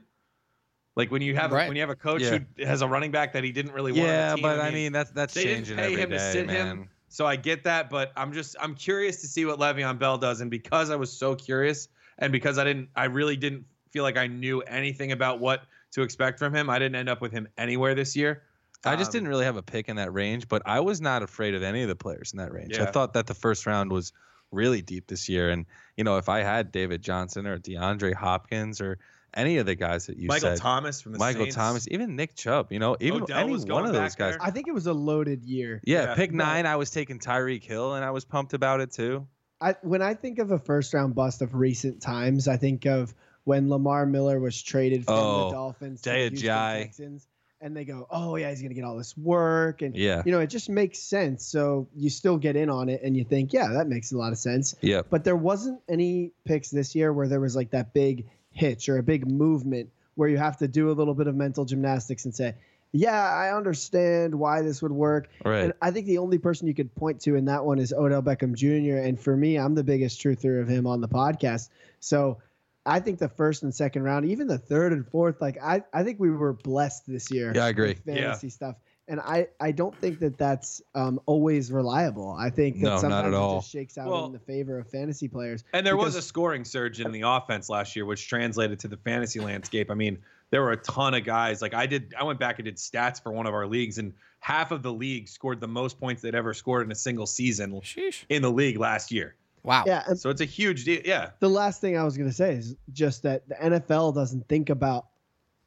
Speaker 3: Like when you have
Speaker 1: Right.
Speaker 3: when you have a coach
Speaker 4: Yeah.
Speaker 3: who has a running back that he didn't really want. on the
Speaker 4: yeah,
Speaker 3: team,
Speaker 4: but I mean that's that's
Speaker 3: they didn't
Speaker 4: changing
Speaker 3: pay
Speaker 4: every
Speaker 3: him to
Speaker 4: day,
Speaker 3: sit him.
Speaker 4: man.
Speaker 3: So I get that, but I'm just I'm curious to see what Le'Veon Bell does. And because I was so curious, and because I didn't, I really didn't feel like I knew anything about what to expect from him. I didn't end up with him anywhere this year.
Speaker 4: I just
Speaker 3: Um,
Speaker 4: didn't really have a pick in that range, but I was not afraid of any of the players in that range. I
Speaker 3: Yeah.
Speaker 4: thought that the first round was really deep this year, and you know if I had David Johnson or DeAndre Hopkins or any of the guys that you
Speaker 3: Michael
Speaker 4: said,
Speaker 3: Thomas from the
Speaker 4: Michael
Speaker 3: Saints.
Speaker 4: Thomas, even Nick Chubb, you know, even
Speaker 3: Odell
Speaker 4: any
Speaker 3: was
Speaker 4: one
Speaker 3: going
Speaker 4: of those
Speaker 3: back
Speaker 4: guys.
Speaker 3: there.
Speaker 2: I think it was a loaded year.
Speaker 4: Yeah,
Speaker 3: Yeah.
Speaker 4: pick
Speaker 2: No.
Speaker 4: nine, I was taking Tyreek Hill, and I was pumped about it too.
Speaker 2: I, when I think of a first round bust of recent times, I think of when Lamar Miller was traded from
Speaker 4: Oh,
Speaker 2: the Dolphins to
Speaker 4: Day
Speaker 2: the
Speaker 4: of
Speaker 2: Houston
Speaker 4: Jai.
Speaker 2: Texans, and they go, "Oh yeah, he's gonna get all this work," and
Speaker 4: Yeah,
Speaker 2: (laughs) you know it just makes sense. So you still get in on it, and you think, "Yeah, that makes a lot of sense."
Speaker 4: yeah.
Speaker 2: But there wasn't any picks this year where there was like that big hitch or a big movement where you have to do a little bit of mental gymnastics and say, "Yeah, I understand why this would work."
Speaker 4: Right.
Speaker 2: And I think the only person you could point to in that one is Odell Beckham Jr. And for me, I'm the biggest truther of him on the podcast. So I think the first and second round, even the third and fourth, like I, I think we were blessed this year.
Speaker 4: Yeah, I agree.
Speaker 2: with Fantasy stuff. And I, I don't think that that's um, always reliable. I think that
Speaker 4: No, not
Speaker 2: sometimes
Speaker 4: at all.
Speaker 2: it just shakes out
Speaker 3: Well-
Speaker 2: in the favor of fantasy players.
Speaker 3: And there was a
Speaker 2: Because-
Speaker 3: scoring surge in the offense last year, which translated to the fantasy landscape. I mean, there were a ton of guys. Like I did, I went back and did stats for one of our leagues, and half of the league scored the most points they'd ever scored in a single season
Speaker 1: Sheesh.
Speaker 3: in the league last year.
Speaker 1: Wow.
Speaker 2: Yeah, and
Speaker 3: So it's a huge deal. Yeah.
Speaker 2: the last thing I was going to say is just that the NFL doesn't think about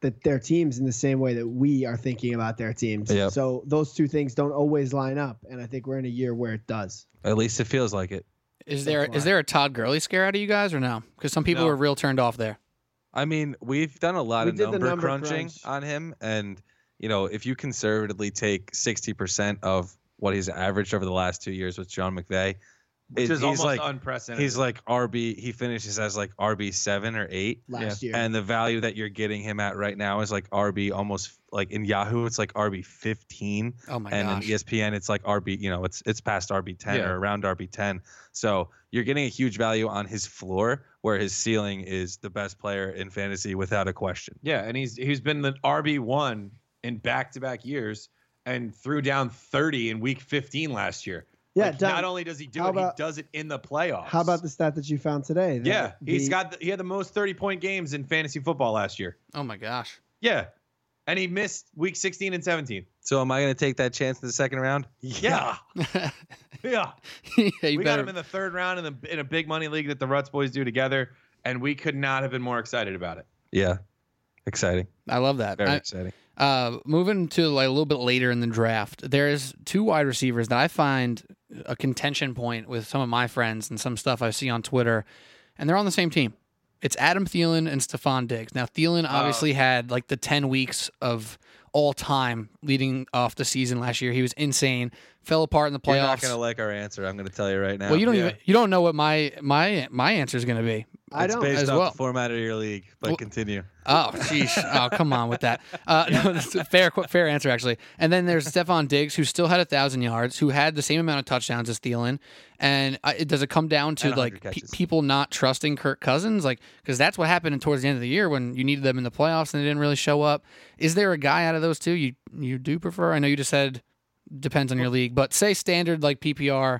Speaker 2: the, their teams in the same way that we are thinking about their teams.
Speaker 4: Yep.
Speaker 2: So those two things don't always line up, and I think we're in a year where it does.
Speaker 4: At least it feels like it.
Speaker 1: Is there
Speaker 2: far.
Speaker 1: is there a Todd Gurley scare out of you guys or no? Because some people
Speaker 3: No.
Speaker 1: were real turned off there.
Speaker 4: I mean, we've done a lot
Speaker 2: We
Speaker 4: of
Speaker 2: did the
Speaker 4: number,
Speaker 2: number
Speaker 4: crunching
Speaker 2: crunch.
Speaker 4: on him, and you know, if you conservatively take sixty percent of what he's averaged over the last two years with John McVay,
Speaker 3: Which
Speaker 4: it-
Speaker 3: is
Speaker 4: he's
Speaker 3: almost
Speaker 4: like
Speaker 3: unprecedented.
Speaker 4: he's like RB. He finishes as like RB seven or eight,
Speaker 2: Last year,
Speaker 4: and the value that you're getting him at right now is like RB almost like in Yahoo, it's like RB fifteen
Speaker 1: Oh my
Speaker 4: and
Speaker 1: gosh.
Speaker 4: in E ESPN, it's like RB, you know, it's it's past RB ten
Speaker 3: Yeah.
Speaker 4: or around RB ten. So you're getting a huge value on his floor, where his ceiling is the best player in fantasy without a question.
Speaker 3: yeah, and he's he's been the RB one in back to back years and threw down 30 in week 15 last year.
Speaker 2: yeah.
Speaker 3: Like,
Speaker 2: Dom,
Speaker 3: not only does he do
Speaker 2: how
Speaker 3: it,
Speaker 2: about-
Speaker 3: he does it in the playoffs.
Speaker 2: how about the stat that you found today? that
Speaker 3: Yeah, he's
Speaker 2: the-
Speaker 3: got the, he had the most 30 point games in fantasy football last year.
Speaker 1: oh my gosh. (laughs)
Speaker 3: Yeah. And he missed week 16 and 17.
Speaker 4: So am I going to take that chance in the second round?
Speaker 3: Yeah.
Speaker 1: yeah,
Speaker 3: (laughs) Yeah.
Speaker 1: you
Speaker 3: we got
Speaker 1: better.
Speaker 3: him in the third round in, the, in a big money league that the Ruts boys do together. And we could not have been more excited about it.
Speaker 4: Yeah, exciting,
Speaker 1: I love that.
Speaker 4: very
Speaker 1: I-
Speaker 4: exciting.
Speaker 1: Uh, moving to like a little bit later in the draft, there's two wide receivers that I find a contention point with some of my friends and some stuff I see on Twitter, and they're on the same team. It's Adam Thielen and Stephon Diggs. Now Thielen obviously had like the ten weeks of all time leading off the season last year. He was insane. Fell apart in the
Speaker 4: You're not
Speaker 1: playoffs.
Speaker 4: going to like our answer. I'm going to tell you right now.
Speaker 1: well, you don't
Speaker 3: yeah.
Speaker 1: even you don't know what my my my answer is going to be.
Speaker 2: I
Speaker 4: it's
Speaker 2: don't.
Speaker 4: based
Speaker 1: As
Speaker 4: off
Speaker 1: well.
Speaker 4: the format of your league, but
Speaker 1: Well-
Speaker 4: continue.
Speaker 1: Oh, sheesh. Oh, come on with that. Uh, (laughs) no, that's a fair, qu- fair answer, actually. And then there's Stephon Diggs, who still had a 1,000 yards, who had the same amount of touchdowns as Thielen. And uh, it, does it come down to,
Speaker 4: And 100
Speaker 1: like, pe-
Speaker 4: catches.
Speaker 1: people not trusting Kirk Cousins? Like, because that's what happened towards the end of the year when you needed them in the playoffs and they didn't really show up. Is there a guy out of those two you, you do prefer? I know you just said depends on your league, but say standard, like PPR,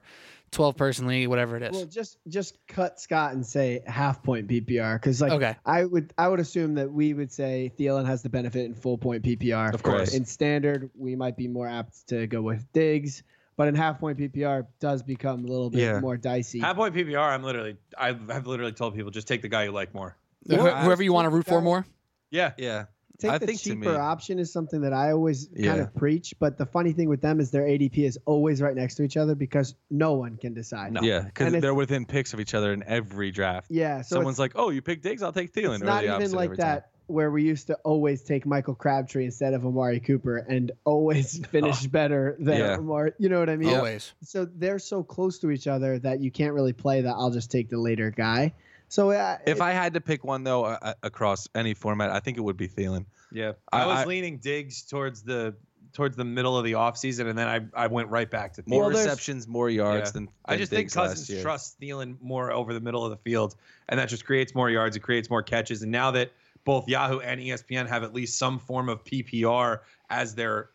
Speaker 1: 12 person league, whatever it is.
Speaker 2: Well, just just cut Scott and say half point PPR because like
Speaker 1: okay.
Speaker 2: I would I would assume that we would say Thielen has the benefit in full point PPR.
Speaker 4: Of course.
Speaker 2: In standard, we might be more apt to go with Diggs, but in half point PPR it does become a little bit
Speaker 4: Yeah.
Speaker 2: more dicey.
Speaker 3: Half point PPR. I'm literally. I've, I've literally told people just take the guy you like more.
Speaker 1: Wh-
Speaker 4: Well,
Speaker 1: Whoever you want to root for
Speaker 2: guys-
Speaker 1: more?
Speaker 3: Yeah.
Speaker 4: Yeah.
Speaker 2: Take
Speaker 4: I
Speaker 2: the
Speaker 4: think to me-
Speaker 2: cheaper option is something that I always kind
Speaker 4: Yeah.
Speaker 2: of preach, but the funny thing with them is their ADP is always right next to each other because no one can decide.
Speaker 4: Yeah, because
Speaker 2: And if-
Speaker 4: they're within picks of each other in every draft.
Speaker 2: Yeah, so
Speaker 4: Someone's like, "Oh, you picked Diggs, I'll take Thielen."
Speaker 2: it's
Speaker 4: or
Speaker 2: not
Speaker 4: the
Speaker 2: even
Speaker 4: opposite
Speaker 2: like
Speaker 4: every time.
Speaker 2: that where we used to always take Michael Crabtree instead of Amari Cooper and always (laughs) finish better than
Speaker 4: Oh, Yeah.
Speaker 2: Amari. You know what I mean?
Speaker 1: Always.
Speaker 2: So they're so close to each other that you can't really play that. I'll just take the later guy. So uh,
Speaker 4: If I had to pick one though, uh, uh, across any format, I think it would be Thielen.
Speaker 3: Yeah. I,
Speaker 4: I-
Speaker 3: was
Speaker 4: I-
Speaker 3: leaning digs towards the towards the middle of the offseason, and then I, I went right back to
Speaker 4: More
Speaker 3: Thielen.
Speaker 2: there's-
Speaker 4: receptions, more yards
Speaker 3: Yeah.
Speaker 4: than, than
Speaker 3: I just think
Speaker 4: Diggs last
Speaker 3: Cousins
Speaker 4: year.
Speaker 3: trusts Thielen more over the middle of the field, and that just creates more yards. It creates more catches. And now that both Yahoo and E ESPN have at least some form of PPR as their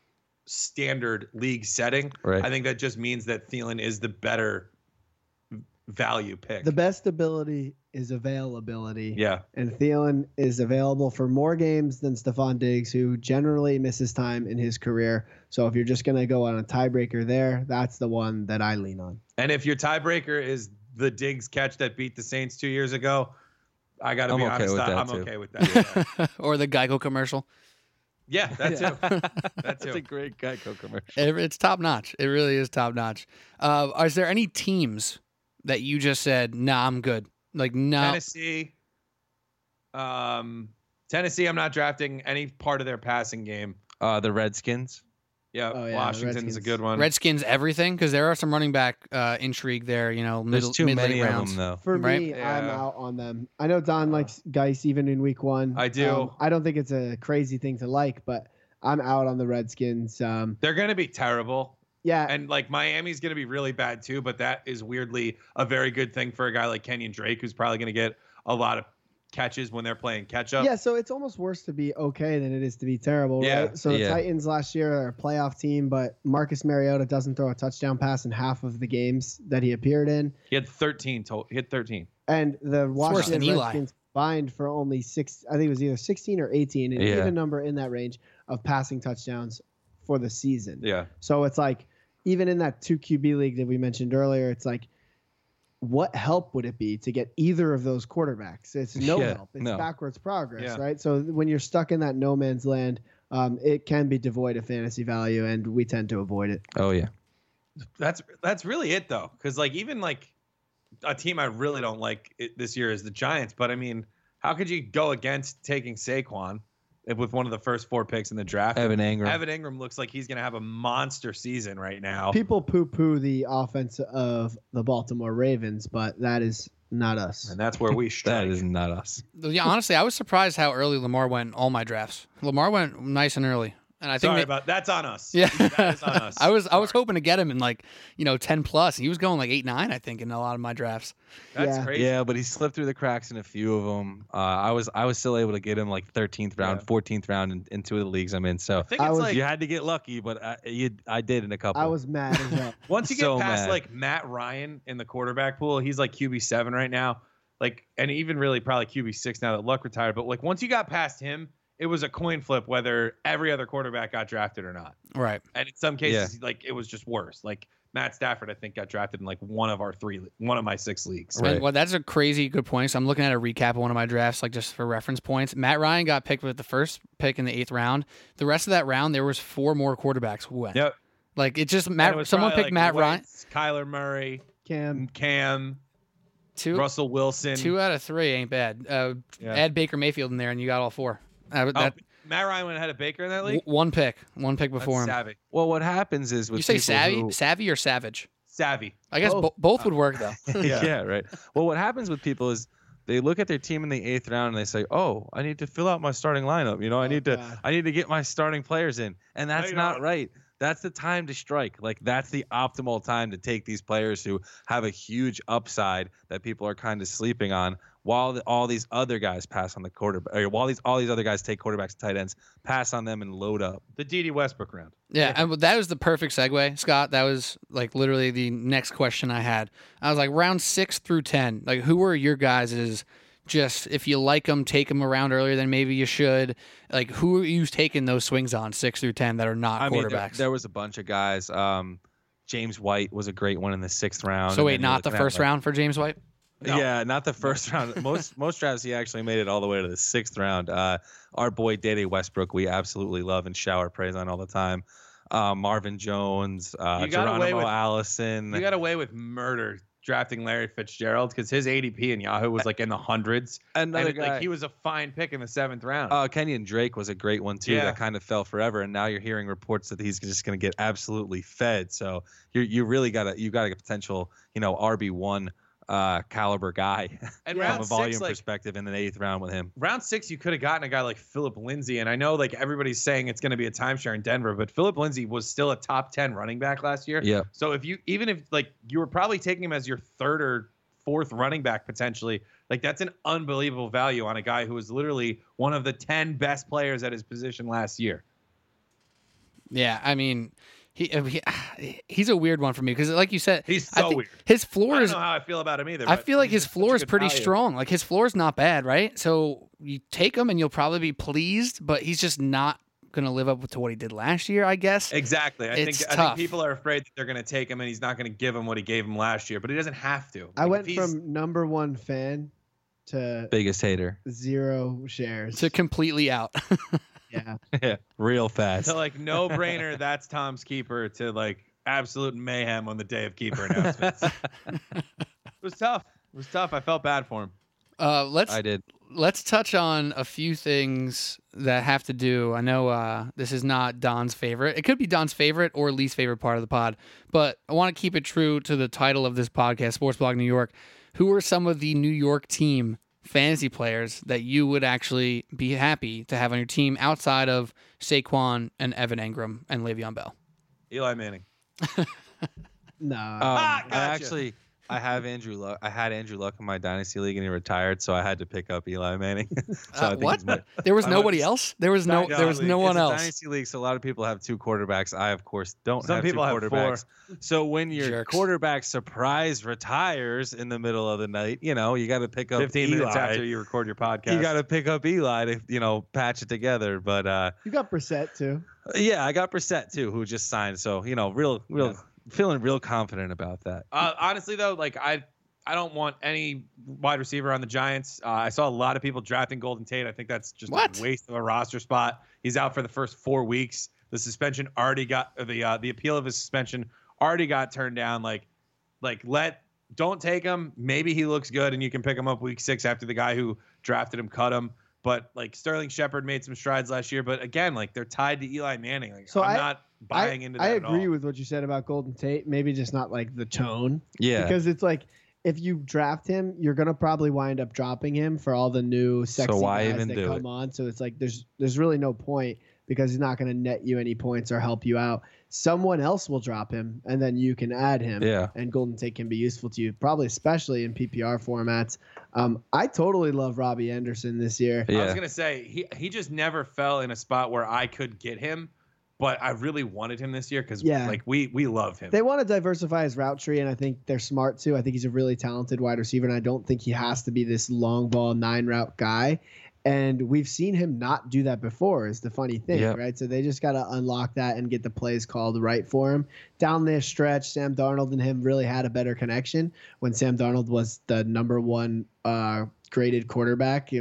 Speaker 3: standard league setting,
Speaker 4: Right. (laughs)
Speaker 3: I think that just means that Thielen is the better value pick.
Speaker 2: the best ability is availability,
Speaker 3: yeah.
Speaker 2: and Thielen is available for more games than Stephon Diggs, who generally misses time in his career. So if you're just gonna go on a tiebreaker there, that's the one that I lean on.
Speaker 3: And if your tiebreaker is the Diggs catch that beat the Saints two years ago, I got to
Speaker 4: I'm
Speaker 3: be
Speaker 4: okay
Speaker 3: honest,
Speaker 4: with
Speaker 3: I-
Speaker 4: that,
Speaker 3: I'm
Speaker 4: too.
Speaker 3: okay with that.
Speaker 4: (laughs)
Speaker 3: Yeah.
Speaker 1: (laughs) or the Geico commercial.
Speaker 3: Yeah, that
Speaker 2: Yeah.
Speaker 3: too. That
Speaker 4: (laughs) That's
Speaker 3: too.
Speaker 4: a great Geico commercial.
Speaker 1: It- it's top notch. It really is top notch. Uh, is there any teams that you just said, "Nah, I'm good"? Like, no,
Speaker 3: Tennessee. Um, Tennessee. I'm not drafting any part of their passing game.
Speaker 4: Uh, the Redskins.
Speaker 3: Yeah,
Speaker 2: Oh, yeah, the
Speaker 3: Washington's
Speaker 2: Redskins.
Speaker 3: a good one.
Speaker 1: Redskins, everything, because there are some running back uh, intrigue there. You know, middle,
Speaker 4: There's too
Speaker 1: mid-late
Speaker 4: many
Speaker 1: rounds.
Speaker 4: of them
Speaker 2: For
Speaker 1: Right?
Speaker 2: me, I'm
Speaker 3: Yeah.
Speaker 2: out on them. I know
Speaker 1: Uh.
Speaker 2: Don likes Geis even in week one.
Speaker 3: I do.
Speaker 2: Um, I don't think it's a crazy thing to like, but I'm out on the Redskins. Um,
Speaker 3: They're going to be terrible,
Speaker 2: yeah,
Speaker 3: and like Miami's going to be really bad too. But that is weirdly a very good thing for a guy like Kenyon Drake, who's probably going to get a lot of catches when they're playing catch up.
Speaker 2: yeah. So it's almost worse to be okay than it is to be terrible,
Speaker 3: Yeah.
Speaker 2: right? So the
Speaker 4: Yeah.
Speaker 2: Titans last year are a playoff team, but Marcus Mariota doesn't throw a touchdown pass in half of the games that he appeared in,
Speaker 3: He had 13 total. He had 13.
Speaker 2: and
Speaker 1: worse
Speaker 2: the
Speaker 1: than
Speaker 2: Washington
Speaker 1: Eli.
Speaker 2: Redskins combined for only six. I think it was either 16 or 18, an
Speaker 4: Yeah.
Speaker 2: even number in that range of passing touchdowns for the season.
Speaker 3: Yeah,
Speaker 2: So it's like, even in that two QB league that we mentioned earlier, it's like, what help would it be to get either of those quarterbacks? It's no
Speaker 4: Yeah,
Speaker 2: help. It's
Speaker 4: no.
Speaker 2: backwards progress,
Speaker 3: Yeah.
Speaker 2: right? So when you're stuck in that no man's land, um, it can be devoid of fantasy value, and we tend to avoid it.
Speaker 4: though. Oh yeah.
Speaker 3: that's that's really it though, because like even like a team I really don't like it this year is the Giants. But I mean, how could you go against taking Saquon if- with one of the first four picks in the draft?
Speaker 4: Evan Ingram.
Speaker 3: Evan Ingram looks like he's going to have a monster season right now.
Speaker 2: People poo poo the offense of the Baltimore Ravens, but that is not us.
Speaker 3: and that's where we strike.
Speaker 4: (laughs) That is not us.
Speaker 1: Yeah, honestly, I was surprised how early Lamar went. in All my drafts, Lamar went nice and early, and I think
Speaker 3: Sorry
Speaker 1: that-
Speaker 3: about that's on
Speaker 1: (laughs)
Speaker 3: us.
Speaker 1: Yeah,
Speaker 3: that is on us.
Speaker 1: (laughs) I was I was
Speaker 3: Sorry.
Speaker 1: hoping to get him in like you know ten plus. He was going like eight nine, I think, in a lot of my drafts.
Speaker 3: That's
Speaker 2: Yeah.
Speaker 3: crazy.
Speaker 4: Yeah, but he slipped through the cracks in a few of them. Uh, I was I was still able to get him like 13th round,
Speaker 3: Yeah.
Speaker 4: 14th round in, in two of the leagues I'm in.
Speaker 3: I
Speaker 4: So
Speaker 3: think
Speaker 2: I
Speaker 3: it's
Speaker 2: was-
Speaker 3: like
Speaker 4: you had to get lucky, but I, you, I did in a couple.
Speaker 2: I was mad as well.
Speaker 3: once you get
Speaker 4: so
Speaker 3: past
Speaker 4: mad.
Speaker 3: like Matt Ryan in the quarterback pool, he's like QB seven right now. Like and even really probably QB six now that Luck retired. But like once you got past him, it was a coin flip whether every other quarterback got drafted or not.
Speaker 1: Right.
Speaker 3: And in some cases, like it was just worse. Like Matt Stafford, I think, got drafted in like one of our three, one of my six leagues.
Speaker 4: Right.
Speaker 1: And, well, that's a crazy good point. So I'm looking at a recap of one of my drafts, like just for reference points. Matt Ryan got picked with the first pick in the eighth round. The rest of that round, there was four more quarterbacks who went.
Speaker 3: Yep.
Speaker 1: Like it just
Speaker 3: And
Speaker 1: Matt.
Speaker 3: it was
Speaker 1: someone
Speaker 3: probably,
Speaker 1: picked
Speaker 3: like,
Speaker 1: Matt Ryan.
Speaker 3: Wentz, Kyler Murray,
Speaker 2: Cam,
Speaker 3: Cam,
Speaker 1: Two,
Speaker 3: Russell Wilson.
Speaker 1: two out of three ain't bad. Uh,
Speaker 3: Yeah.
Speaker 1: Add Baker Mayfield in there, and you got all four. Uh,
Speaker 3: Oh,
Speaker 1: that,
Speaker 3: Matt Ryan went ahead of Baker in that
Speaker 1: w-
Speaker 3: league.
Speaker 1: one pick, one pick before
Speaker 3: That's
Speaker 1: him.
Speaker 3: savvy,
Speaker 4: well, what happens is with
Speaker 1: You say
Speaker 4: people
Speaker 1: savvy,
Speaker 4: who-
Speaker 1: savvy or savage?
Speaker 3: savvy.
Speaker 1: I guess
Speaker 2: Both. (laughs)
Speaker 1: bo- both would work though.
Speaker 4: yeah. right. Well, what happens with people is They look at their team in the eighth round and they say, "Oh, I need to fill out my starting lineup. You know, I
Speaker 2: Oh,
Speaker 4: need to
Speaker 2: God.
Speaker 4: I need to get my starting players in." And that's
Speaker 3: you
Speaker 4: not
Speaker 3: don't.
Speaker 4: right. That's the time to strike. Like that's the optimal time to take these players who have a huge upside that people are kind of sleeping on, while the, all these other guys pass on the quarterback, or while these all these other guys take quarterbacks, and tight ends, pass on them and load up.
Speaker 3: The D.D. Westbrook round.
Speaker 1: Yeah, and that was the perfect segue, Scott. That was like literally the next question I had. I was like round six through ten. Like, who are your guys? Is just if you like them, take them around earlier than maybe you should. Like, who are you taking those swings on six through ten that are not
Speaker 4: I mean, there,
Speaker 1: quarterbacks?
Speaker 4: there was a bunch of guys. Um, James White was a great one in the sixth round.
Speaker 1: so
Speaker 4: and
Speaker 1: wait,
Speaker 4: then you're
Speaker 1: not the
Speaker 4: looking at,
Speaker 1: first
Speaker 4: like-
Speaker 1: round for James White.
Speaker 3: No.
Speaker 4: Yeah, not the first (laughs) round. Most most drafts he actually made it all the way to the sixth round. Uh, our boy Dede Westbrook, we absolutely love and shower praise on all the time. Uh, Marvin Jones, uh,
Speaker 3: You got away
Speaker 4: Geronimo
Speaker 3: with-
Speaker 4: Allison.
Speaker 3: You got away with murder drafting Larry Fitzgerald because his ADP in Yahoo was like in the hundreds. and
Speaker 4: another
Speaker 3: it-
Speaker 4: guy.
Speaker 3: like he was a fine pick in the seventh round.
Speaker 4: Uh, Kenyon Drake was a great one too.
Speaker 3: Yeah.
Speaker 4: That kind of fell forever, and now you're hearing reports that he's just going to get absolutely fed. So you you really got a you got a potential you know RB one uh, caliber guy (laughs)
Speaker 3: and
Speaker 2: yeah.
Speaker 3: round
Speaker 4: from a
Speaker 3: six,
Speaker 4: volume
Speaker 3: like,
Speaker 4: perspective in the eighth round with him.
Speaker 3: round six, you could have gotten a guy like Philip Lindsay. And I know like everybody's saying it's going to be a timeshare in Denver, but Philip Lindsay was still a top 10 running back last year.
Speaker 4: Yeah,
Speaker 3: So if you, even if like you were probably taking him as your third or fourth running back potentially, like that's an unbelievable value on a guy who was literally one of the 10 best players at his position last year.
Speaker 1: Yeah, I mean, he, (sighs) he he's a weird one for me because, like you said,
Speaker 3: He's
Speaker 1: I
Speaker 3: so
Speaker 1: think
Speaker 3: weird.
Speaker 1: his
Speaker 3: I
Speaker 1: floor
Speaker 3: don't
Speaker 1: is
Speaker 3: know how I feel about him either.
Speaker 1: I
Speaker 3: but
Speaker 1: feel like his
Speaker 3: he's such a
Speaker 1: floor is
Speaker 3: good
Speaker 1: pretty
Speaker 3: value.
Speaker 1: strong. Like his floor is not bad, right? So you take him and you'll probably be pleased, but he's just not going to live up to what he did last year, I guess.
Speaker 3: Exactly. I
Speaker 1: It's
Speaker 3: think I
Speaker 1: tough.
Speaker 3: think people are afraid that they're going to take him and he's not going to give him what he gave him last year, but he doesn't have to.
Speaker 2: I
Speaker 3: Like,
Speaker 2: went
Speaker 3: if he's-
Speaker 2: from number one fan to
Speaker 4: biggest (laughs) hater.
Speaker 2: zero shares.
Speaker 1: To completely out. (laughs)
Speaker 2: yeah,
Speaker 4: (laughs) real
Speaker 3: (laughs)
Speaker 4: fast.
Speaker 3: to like no brainer. That's Tom's keeper. To like absolute mayhem on the day of keeper announcements. it was tough. It was tough. I felt bad for him.
Speaker 1: Uh, let's
Speaker 4: I did.
Speaker 1: let's touch on a few things that have to do. I know uh, this is not Don's favorite. It could be Don's favorite or least favorite part of the pod, but I want to keep it true to the title of this podcast, Sports Blog New York. Who are some of the New York team fantasy players that you would actually be happy to have on your team outside of Saquon and Evan Engram and Le'Veon Bell?
Speaker 3: Eli Manning.
Speaker 2: no.
Speaker 4: Um,
Speaker 3: Ah, gotcha.
Speaker 4: I actually I have Andrew Luck. I had Andrew Luck in my dynasty league and he retired, so I had to pick up Eli Manning. (laughs) so
Speaker 1: Uh,
Speaker 4: I think
Speaker 1: what?
Speaker 4: he's my-
Speaker 1: (laughs) There was
Speaker 4: I
Speaker 1: nobody
Speaker 4: was-
Speaker 1: else. There was no.
Speaker 3: Dynasty
Speaker 1: There was no
Speaker 3: league.
Speaker 1: one
Speaker 4: it's a
Speaker 1: else.
Speaker 4: Dynasty league, so a lot of people have two quarterbacks. I, of course, don't
Speaker 3: Some
Speaker 4: have
Speaker 3: people
Speaker 4: two
Speaker 3: have four.
Speaker 4: quarterbacks. So when your
Speaker 1: Jerks.
Speaker 4: quarterback surprise retires in the middle of the night, you know you got to pick up
Speaker 3: Fifteen
Speaker 4: Eli.
Speaker 3: minutes after you record your podcast,
Speaker 4: You got to pick up Eli to you know patch it together. But uh,
Speaker 2: you got
Speaker 3: (laughs)
Speaker 2: Brissett too.
Speaker 4: yeah, I got Brissett too, who just signed. So you know, real, real,
Speaker 3: Yeah.
Speaker 4: feeling real confident about that.
Speaker 3: Uh, honestly, though, like I, I don't want any wide receiver on the Giants. Uh, I saw a lot of people drafting Golden Tate. I think that's just
Speaker 1: What?
Speaker 3: a waste of a roster spot. He's out for the first four weeks. The suspension already got or the uh, the appeal of his suspension already got turned down. Like, like let don't take him. Maybe he looks good and you can pick him up week six after the guy who drafted him cut him. But like Sterling Shepard made some strides last year, but again, like they're tied to Eli Manning. Like
Speaker 2: So
Speaker 3: I'm
Speaker 2: I-
Speaker 3: not buying
Speaker 2: I,
Speaker 3: into that.
Speaker 2: I
Speaker 3: at
Speaker 2: agree
Speaker 3: all.
Speaker 2: with what you said about Golden Tate. Maybe just not like the tone.
Speaker 4: Yeah,
Speaker 2: because it's like if you draft him, you're gonna probably wind up dropping him for all the new sexy
Speaker 4: why
Speaker 2: guys
Speaker 4: even
Speaker 2: that
Speaker 4: do
Speaker 2: come
Speaker 4: it?
Speaker 2: on. So it's like there's there's really no point because he's not gonna net you any points or help you out. Someone else will drop him, and then you can add him.
Speaker 4: yeah.
Speaker 2: And Golden Tate can be useful to you, probably especially in PPR formats. Um, I totally love Robbie Anderson this year.
Speaker 4: Yeah.
Speaker 3: I was gonna say he he just never fell in a spot where I could get him, but I really wanted him this year because
Speaker 2: Yeah.
Speaker 3: like we we love him.
Speaker 2: They want to diversify his route tree, and I think they're smart too. I think he's a really talented wide receiver, and I don't think he has to be this long ball nine route guy. And we've seen him not do that before. Is the funny thing,
Speaker 4: Yep.
Speaker 2: right? So they just got to unlock that and get the plays called right for him down this stretch. Sam Darnold and him really had a better connection when Sam Darnold was the number one uh, graded quarterback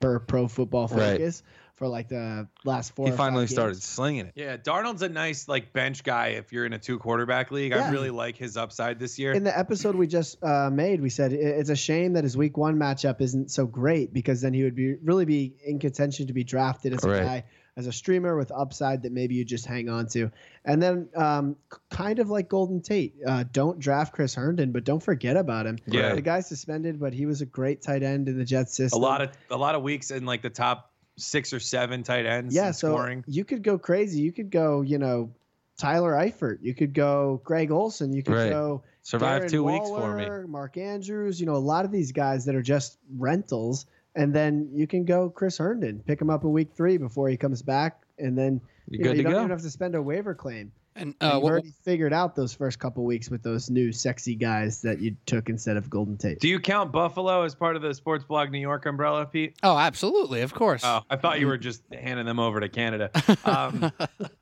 Speaker 2: per Pro Football
Speaker 4: Right.
Speaker 2: Focus for like the last four.
Speaker 4: He
Speaker 2: or five
Speaker 4: finally
Speaker 2: games.
Speaker 4: started slinging it.
Speaker 3: yeah, Darnold's a nice like bench guy if you're in a two quarterback league.
Speaker 2: Yeah.
Speaker 3: I really like his upside this year.
Speaker 2: (laughs) in the episode we just uh, made, we said "I- it's a shame that his week one matchup isn't so great because then he would be really be in contention to be drafted as a
Speaker 4: Right.
Speaker 2: guy as a streamer with upside that maybe you just hang on to. And then, um, k- kind of like Golden Tate, uh, don't draft Chris Herndon, but don't forget about him.
Speaker 3: Yeah.
Speaker 2: The guy's suspended, but he was a great tight end in the Jets
Speaker 3: a
Speaker 2: system.
Speaker 3: lot of a lot of weeks in like the top six or seven tight ends.
Speaker 2: yeah,
Speaker 3: in
Speaker 2: so
Speaker 3: scoring.
Speaker 2: you could go crazy. You could go, you know, Tyler Eifert. You could go Greg Olson. You could
Speaker 4: Right.
Speaker 2: go
Speaker 4: Survive
Speaker 2: Darren
Speaker 4: two weeks for me.
Speaker 2: Waller, Mark Andrews, you know, a lot of these guys that are just rentals. And then you can go Chris Herndon, pick him up in week three before he comes back. And then you,
Speaker 4: You're
Speaker 2: know,
Speaker 4: good to
Speaker 2: you don't
Speaker 4: go.
Speaker 2: even have to spend a waiver claim.
Speaker 1: And
Speaker 2: And
Speaker 1: uh,
Speaker 2: you've
Speaker 1: what,
Speaker 2: already figured out those first couple weeks with those new sexy guys that you took instead of Golden Tate.
Speaker 3: Do you count Buffalo as part of the Sports Blog New York umbrella, Pete?
Speaker 1: oh, absolutely, of course.
Speaker 3: Oh, I thought you were just handing them over to
Speaker 4: (laughs)
Speaker 3: Canada. Um,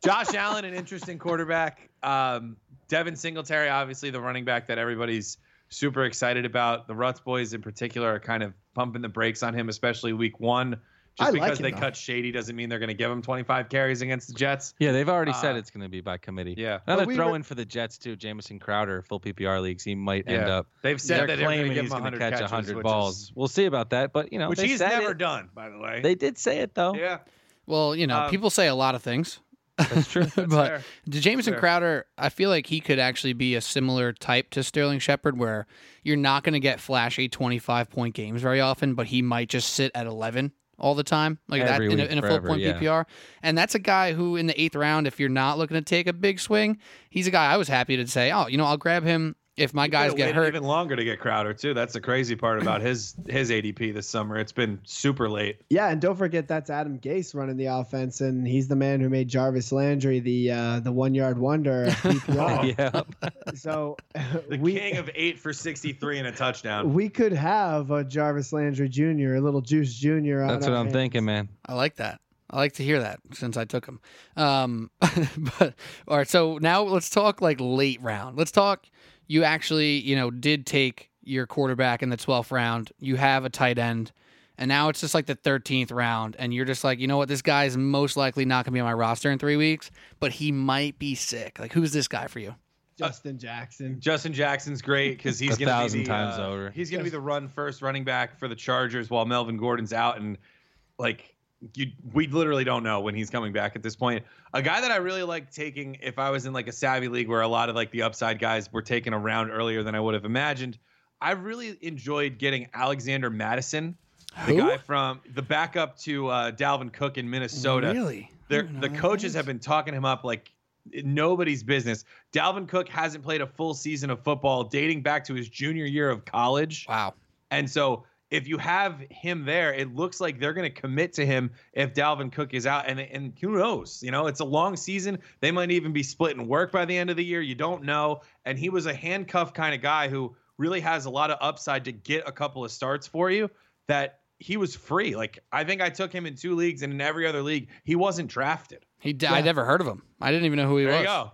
Speaker 3: Josh Allen, an interesting quarterback. Um, Devin Singletary, obviously the running back that everybody's super excited about. The Ruts boys in particular are kind of pumping the brakes on him, especially week one. Just
Speaker 2: I like
Speaker 3: because
Speaker 2: him,
Speaker 3: they
Speaker 2: though.
Speaker 3: cut Shady doesn't mean they're going to give him 25 carries against the Jets.
Speaker 4: Yeah, they've already said
Speaker 3: Uh,
Speaker 4: it's going to be by committee.
Speaker 3: Yeah.
Speaker 4: Another
Speaker 2: we
Speaker 4: throw
Speaker 2: were-
Speaker 4: in for the Jets too. Jamison Crowder, full PPR leagues, he might end
Speaker 3: Yeah.
Speaker 4: up.
Speaker 3: They've said
Speaker 4: they're
Speaker 3: that they're going to
Speaker 4: claiming
Speaker 3: give
Speaker 4: he's
Speaker 3: him
Speaker 4: going
Speaker 3: 100
Speaker 4: to catch
Speaker 3: catches,
Speaker 4: 100
Speaker 3: which
Speaker 4: balls.
Speaker 3: is-
Speaker 4: we'll see about that, but you know,
Speaker 3: which
Speaker 4: they
Speaker 3: he's
Speaker 4: said
Speaker 3: never
Speaker 4: it.
Speaker 3: done, by the way.
Speaker 4: They did say it though.
Speaker 3: yeah,
Speaker 1: well, you know,
Speaker 3: um,
Speaker 1: people say a lot of things, (laughs)
Speaker 3: (laughs)
Speaker 4: That's true. (laughs)
Speaker 3: that's
Speaker 1: but
Speaker 3: fair.
Speaker 1: The Jameson
Speaker 3: Fair.
Speaker 1: Crowder, I feel like he could actually be a similar type to Sterling Shepard, where you're not going to get flashy 25 point games very often, but he might just sit at 11 all the time, like
Speaker 4: Every
Speaker 1: that in a,
Speaker 4: week,
Speaker 1: in a full
Speaker 4: forever,
Speaker 1: point
Speaker 4: yeah.
Speaker 1: PPR. And that's a guy who, in the eighth round, if you're not looking to take a big swing, he's a guy I was happy to say, oh, you know, I'll grab him if my guys
Speaker 3: Could've
Speaker 1: get
Speaker 3: waited
Speaker 1: hurt.
Speaker 3: Even longer to get Crowder too. That's the crazy
Speaker 1: (clears throat)
Speaker 3: part about his his ADP this summer. It's been super late.
Speaker 2: Yeah, and don't forget that's Adam Gase running the offense, and he's the man who made Jarvis Landry the uh, the one yard wonder. of PPR.
Speaker 4: yeah.
Speaker 2: So (laughs)
Speaker 3: The
Speaker 2: we,
Speaker 3: king of eight for sixty three and a touchdown.
Speaker 2: (laughs) we could have a Jarvis Landry Jr., a little Juice Jr. On
Speaker 4: That's what
Speaker 2: our
Speaker 4: I'm
Speaker 2: hands.
Speaker 4: thinking, man.
Speaker 1: I like that. I like to hear that since I took him. Um, (laughs) but all right, so now let's talk like late round. Let's talk. You actually, you know, did take your quarterback in the twelfth round. You have a tight end, and now it's just like the thirteenth round, and you're just like, you know what, this guy is most likely not going to be on my roster in three weeks, but he might be sick. Like, who's this guy for you?
Speaker 2: Justin Jackson.
Speaker 3: Justin Jackson's great because he's
Speaker 4: A
Speaker 3: going to be
Speaker 4: thousand
Speaker 3: the,
Speaker 4: times
Speaker 3: uh,
Speaker 4: over.
Speaker 3: He's going to be the run first running back for the Chargers while Melvin Gordon's out, and like you, we literally don't know when he's coming back at this point. A guy that I really like taking if I was in like a savvy league where a lot of like the upside guys were taken around earlier than I would have imagined. I really enjoyed getting Alexander Madison the guy from the backup to uh, Dalvin Cook in Minnesota.
Speaker 1: Really?
Speaker 3: They're- The coaches have been talking him up like nobody's business. Dalvin Cook hasn't played a full season of football dating back to his junior year of college.
Speaker 1: Wow.
Speaker 3: And so if you have him there, it looks like they're going to commit to him if Dalvin Cook is out. And and who knows? You know, it's a long season. They might even be splitting work by the end of the year. You don't know. And he was a handcuff kind of guy who really has a lot of upside to get a couple of starts for you. That he was free. Like I think I took him in two leagues, and in every other league, he wasn't drafted.
Speaker 1: He. d
Speaker 2: Yeah.
Speaker 1: I never heard of him. I didn't even know who he
Speaker 3: There
Speaker 1: was.
Speaker 3: you go.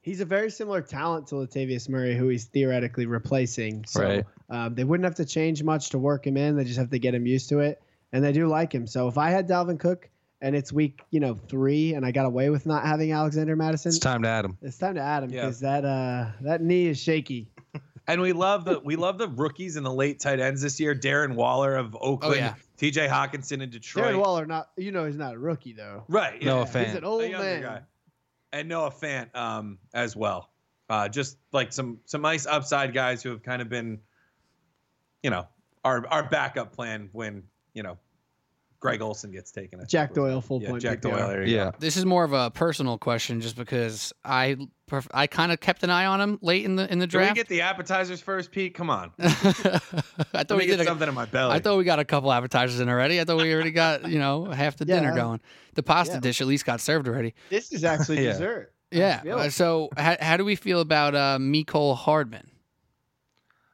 Speaker 2: He's a very similar talent to Latavius Murray, who he's theoretically replacing. So
Speaker 4: Right.
Speaker 2: um, they wouldn't have to change much to work him in. They just have to get him used to it, and they do like him. So if I had Dalvin Cook and it's week you know three, and I got away with not having Alexander Madison,
Speaker 4: It's
Speaker 2: it's,
Speaker 4: time to add him.
Speaker 2: time to add him
Speaker 3: Yeah.
Speaker 2: because that uh, that knee is shaky.
Speaker 3: And we love the we love the rookies and the late tight ends this year. Darren Waller of Oakland,
Speaker 1: yeah.
Speaker 3: T.J. Hawkinson in Detroit.
Speaker 2: Darren Waller, not you know he's not a rookie though.
Speaker 3: Right.
Speaker 4: No
Speaker 3: yeah.
Speaker 4: offense.
Speaker 2: He's
Speaker 4: Fan.
Speaker 2: an old
Speaker 3: A younger
Speaker 2: man.
Speaker 3: guy. And Noah Fant um, as well. Uh, just like some some nice upside guys who have kind of been, you know, our our backup plan when you know Greg Olson gets taken. I think
Speaker 2: Jack
Speaker 3: was-
Speaker 2: Doyle, full
Speaker 3: Yeah,
Speaker 2: point.
Speaker 3: Jack
Speaker 2: PPR.
Speaker 3: Doyle. there you go.
Speaker 4: Yeah.
Speaker 1: This is more of a personal question, just because I pref- I kind of kept an eye on him late in the in the
Speaker 3: Can we
Speaker 1: draft. (laughs)
Speaker 3: get the appetizers first, Pete? Come on.
Speaker 1: I thought
Speaker 3: Let me
Speaker 1: we
Speaker 3: get
Speaker 1: did. A,
Speaker 3: something in my belly.
Speaker 1: I thought we got a couple appetizers in already. I thought we already got you know half the
Speaker 2: Yeah,
Speaker 1: dinner
Speaker 2: I-
Speaker 1: going. The pasta
Speaker 2: yeah.
Speaker 1: dish at least got served already.
Speaker 2: This is
Speaker 4: (laughs)
Speaker 2: actually
Speaker 4: Yeah.
Speaker 2: dessert.
Speaker 1: Yeah.
Speaker 2: feel
Speaker 1: uh,
Speaker 2: it.
Speaker 1: so how, how do we feel about uh, Nicole Hardman?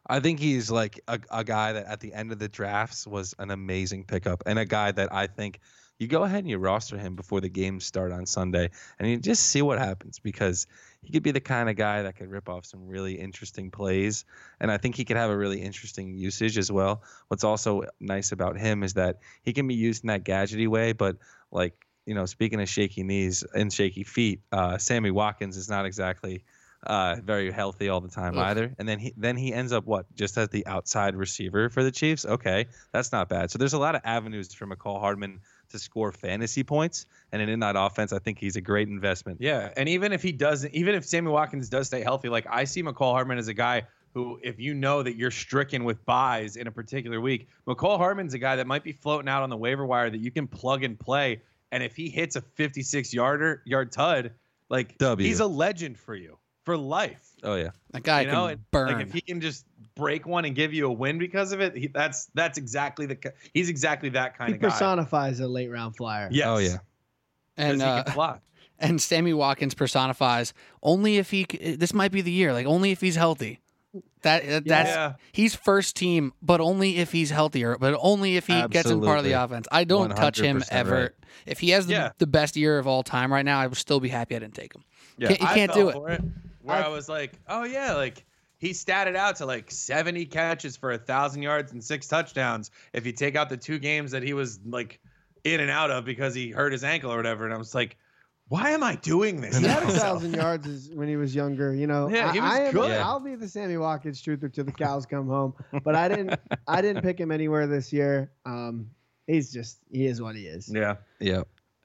Speaker 4: I think he's like a, a guy that at the end of the drafts was an amazing pickup and a guy that I think you go ahead and you roster him before the games start on Sunday and you just see what happens because he could be the kind of guy that could rip off some really interesting plays and I think he could have a really interesting usage as well. What's also nice about him is that he can be used in that gadgety way, but like you know, speaking of shaky knees and shaky feet, uh, Sammy Watkins is not exactly uh, very healthy all the time
Speaker 1: Ugh.
Speaker 4: either. And then he then he ends up what just as the outside receiver for the Chiefs. Okay, that's not bad. So there's a lot of avenues for McCall Hardman to score fantasy points. And in that offense, I think he's a great investment.
Speaker 3: Yeah, and even if he doesn't, even if Sammy Watkins does stay healthy, like I see McCall Hardman as a guy who, if you know that you're stricken with buys in a particular week, McCall Hardman's a guy that might be floating out on the waiver wire that you can plug and play. And if he hits a 56 yarder yard tud, like
Speaker 4: W.
Speaker 3: he's a legend for you for life.
Speaker 4: Oh yeah.
Speaker 1: That guy
Speaker 3: you know,
Speaker 1: can
Speaker 3: and,
Speaker 1: burn.
Speaker 3: Like if he can just break one and give you a win because of it, he, that's that's exactly the ki- he's exactly that kind
Speaker 2: He
Speaker 3: of guy.
Speaker 2: personifies a late round flyer.
Speaker 3: Yes.
Speaker 4: Oh yeah.
Speaker 3: 'Cause
Speaker 1: and
Speaker 3: he
Speaker 1: uh,
Speaker 3: can fly.
Speaker 1: (laughs) and Sammy Watkins personifies only if he. c- This might be the year. Like only if he's healthy. That, that that's
Speaker 3: yeah.
Speaker 1: he's first team, but only if he's healthier. But only if he gets in part of the
Speaker 4: Absolutely.
Speaker 1: offense. I don't touch him
Speaker 4: 100%
Speaker 1: ever.
Speaker 4: right.
Speaker 1: If he has the,
Speaker 3: Yeah.
Speaker 1: the best year of all time right now, I would still be happy I didn't take him.
Speaker 4: Yeah.
Speaker 1: Can't- you
Speaker 3: I
Speaker 1: can't
Speaker 3: fell
Speaker 1: do it.
Speaker 3: For it where
Speaker 2: I-
Speaker 3: I, was like, oh yeah, like he statted out to like 70 catches for a thousand yards and six touchdowns. If you take out the two games that he was like in and out of because he hurt his ankle or whatever, and I was like, why am I doing this?
Speaker 2: He
Speaker 3: to (laughs)
Speaker 2: had a
Speaker 1: (laughs)
Speaker 3: myself?
Speaker 2: thousand yards is when he was younger. You know,
Speaker 3: Yeah, he
Speaker 2: I-
Speaker 3: was
Speaker 2: I am,
Speaker 3: good.
Speaker 2: I'll be the Sammy Watkins truther
Speaker 3: (laughs)
Speaker 2: till the cows come home. But I didn't, I didn't pick him anywhere this year. Um, he's just, he is what he is.
Speaker 3: yeah.
Speaker 4: Yeah.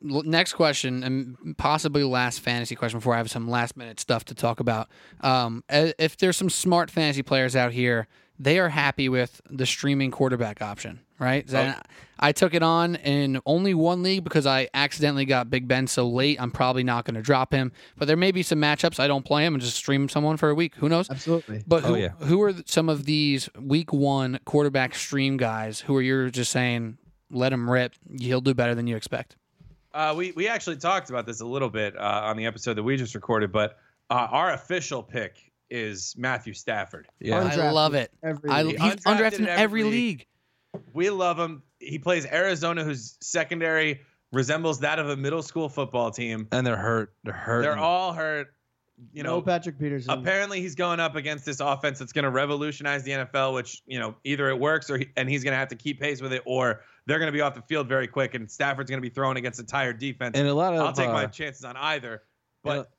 Speaker 1: L- Next question, and possibly last fantasy question before I have some last minute stuff to talk about. Um, a- if there's some smart fantasy players out here, they are happy with the streaming quarterback option, right?
Speaker 4: Oh.
Speaker 1: So I took it on in only one league because I accidentally got Big Ben so late. I'm probably not going to drop him, but there may be some matchups I don't play him and just stream someone for a week. Who knows?
Speaker 2: Absolutely.
Speaker 1: But who,
Speaker 4: Oh, yeah.
Speaker 1: who are th- some of these week one quarterback stream guys who are you're just saying let him rip? He'll do better than you expect.
Speaker 3: Uh, we we actually talked about this a little bit uh, on the episode that we just recorded, but uh, our official pick is Matthew Stafford.
Speaker 4: Yeah.
Speaker 1: I
Speaker 2: Undrafted.
Speaker 1: love it.
Speaker 2: Every
Speaker 1: I,
Speaker 2: week.
Speaker 1: he's undrafted, in every league.
Speaker 3: We love him. He plays Arizona, whose secondary resembles that of a middle school football team.
Speaker 4: And they're hurt. They're hurt.
Speaker 3: They're all hurt. You know,
Speaker 2: no Patrick Peterson.
Speaker 3: Apparently, he's going up against this offense that's going to revolutionize the NFL. Which you know, either it works, or he, and he's going to have to keep pace with it, or they're going to be off the field very quick, and Stafford's going to be thrown against a tired defense.
Speaker 4: and a lot of
Speaker 3: I'll take
Speaker 4: uh,
Speaker 3: my chances on either.
Speaker 4: in a,
Speaker 3: But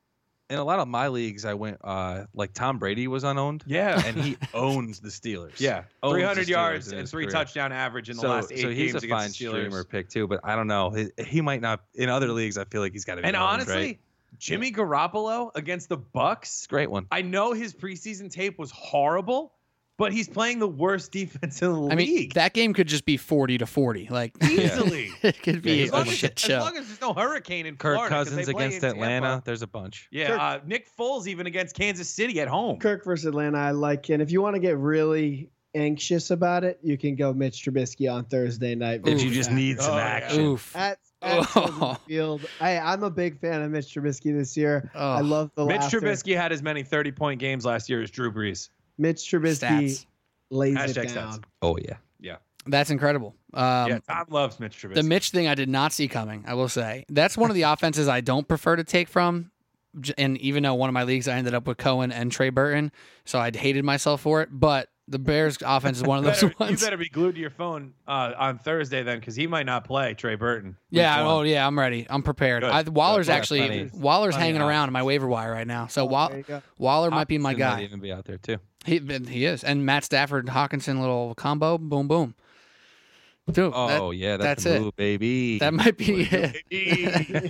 Speaker 4: in a lot of my leagues, I went uh like Tom Brady
Speaker 1: (laughs)
Speaker 4: was unowned,
Speaker 3: yeah,
Speaker 4: and he owns the Steelers.
Speaker 3: yeah,
Speaker 4: Owns the
Speaker 3: 300
Speaker 4: Steelers
Speaker 3: yards
Speaker 4: in
Speaker 3: and
Speaker 4: his
Speaker 3: three
Speaker 4: career.
Speaker 3: touchdown average in the
Speaker 4: so,
Speaker 3: last eight
Speaker 4: so he's
Speaker 3: games
Speaker 4: a fine
Speaker 3: against the Steelers.
Speaker 4: streamer pick too, but I don't know. He, he might not in other leagues. I feel like he's got to. be
Speaker 3: and
Speaker 4: owned,
Speaker 3: honestly,
Speaker 4: right?
Speaker 3: Jimmy Garoppolo against the Bucks.
Speaker 4: it's a great one.
Speaker 3: I know his preseason tape was horrible, but he's playing the worst defense in the
Speaker 1: I mean,
Speaker 3: league.
Speaker 1: that game could just be forty to forty. Like
Speaker 3: Easily.
Speaker 1: (laughs) it could be
Speaker 4: Yeah,
Speaker 3: As
Speaker 4: Oh,
Speaker 1: a
Speaker 3: long as,
Speaker 1: shit
Speaker 3: as
Speaker 1: show.
Speaker 3: long as there's no hurricane in
Speaker 4: Kirk
Speaker 3: Florida, 'cause
Speaker 4: Cousins
Speaker 3: they play
Speaker 4: against
Speaker 3: in Tampa.
Speaker 4: Atlanta. There's a bunch.
Speaker 3: Yeah,
Speaker 2: Kirk-
Speaker 3: uh, Nick Foles even against Kansas City at home.
Speaker 2: Kirk versus Atlanta, I like. And if you want to get really anxious about it, you can go Mitch Trubisky on Thursday night.
Speaker 1: Did
Speaker 4: Did
Speaker 1: Oof.
Speaker 4: you just need some
Speaker 3: Oh, yeah.
Speaker 4: action?
Speaker 1: Oof.
Speaker 2: at,
Speaker 4: (laughs)
Speaker 2: at Soldier
Speaker 1: Oh.
Speaker 2: Field? Hey, I'm a big fan of Mitch Trubisky this year.
Speaker 1: Oh.
Speaker 2: I love the
Speaker 3: Mitch
Speaker 2: laughter.
Speaker 3: Trubisky had as many 30 point games last year as Drew Brees.
Speaker 2: Mitch Trubisky
Speaker 1: stats.
Speaker 2: lays
Speaker 3: Hashtag
Speaker 2: it down.
Speaker 3: stats.
Speaker 4: Oh yeah.
Speaker 1: That's incredible. Um,
Speaker 3: yeah, Tom loves Mitch Trubisky.
Speaker 1: the Mitch thing I did not see coming. I will say that's one of the offenses I don't prefer to take from. J- And even though one of my leagues I ended up with Cohen and Trey Burton, so I'd hated myself for it. But the Bears offense is one of
Speaker 3: you,
Speaker 1: those
Speaker 3: better, you
Speaker 1: ones.
Speaker 3: better be glued to your phone uh, on Thursday then, because he might not play Trey Burton.
Speaker 1: (laughs) Yeah,
Speaker 3: Week
Speaker 1: oh
Speaker 3: one.
Speaker 1: yeah, I'm ready. I'm prepared.
Speaker 3: Good.
Speaker 1: I, Waller's
Speaker 4: Yeah,
Speaker 1: actually
Speaker 4: plenty.
Speaker 1: Waller's
Speaker 4: Plenty
Speaker 1: hanging
Speaker 4: out.
Speaker 1: around on my waiver wire right now. So
Speaker 2: There
Speaker 1: Wal-
Speaker 2: you go.
Speaker 1: Waller might be my
Speaker 4: Hopkinson
Speaker 1: guy.
Speaker 4: Might even be out there too.
Speaker 1: He he is, and Matt Stafford, Hawkinson, little combo, boom boom. Dude,
Speaker 4: Oh yeah,
Speaker 1: that's
Speaker 4: that's, the
Speaker 1: it.
Speaker 4: move, baby.
Speaker 1: that, that might be it.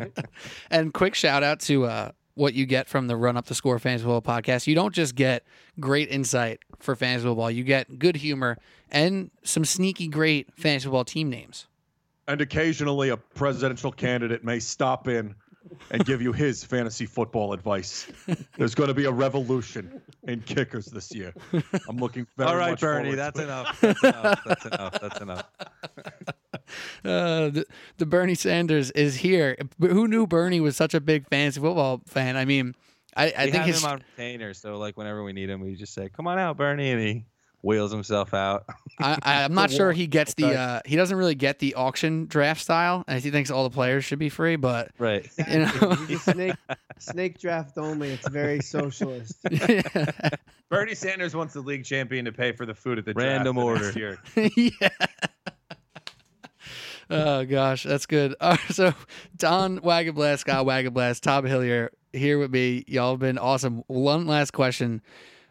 Speaker 4: (laughs)
Speaker 1: and quick shout out to uh, what you get from the Run Up the Score Fantasy Football podcast. You don't just get great insight for fantasy football; you get good humor and some sneaky great fantasy football team names.
Speaker 5: and occasionally a presidential candidate may stop in and give you his fantasy football advice. There's going to be a revolution in kickers this year. I'm looking very
Speaker 4: All right,
Speaker 5: much
Speaker 4: Bernie.
Speaker 5: forward
Speaker 4: That's
Speaker 5: to it.
Speaker 1: (laughs)
Speaker 4: enough. That's enough. That's enough. That's enough.
Speaker 1: Uh, the, the Bernie Sanders is here. B- Who knew Bernie was such a big fantasy football fan? I mean, I, I
Speaker 4: we
Speaker 1: think
Speaker 4: have
Speaker 1: his
Speaker 4: him on retainer, so like whenever we need him, we just say, "Come on out, Bernie," and he wheels himself out. (laughs)
Speaker 1: I, I- I'm not sure he gets the. Uh, he doesn't really get the auction draft style, and he thinks all the players should be free. But
Speaker 4: Right.
Speaker 1: you know, (laughs)
Speaker 2: He's a snake, (laughs) snake draft only. It's very socialist.
Speaker 1: (laughs) yeah.
Speaker 3: Bernie Sanders wants the league champion to pay for the food at the draft
Speaker 4: Random
Speaker 3: the next
Speaker 4: order.
Speaker 3: year.
Speaker 1: Oh gosh, that's good. (laughs) All right, so Don Wagablast, Scott Wagablast, Tom Hillier here with me. Y'all have been awesome. One last question,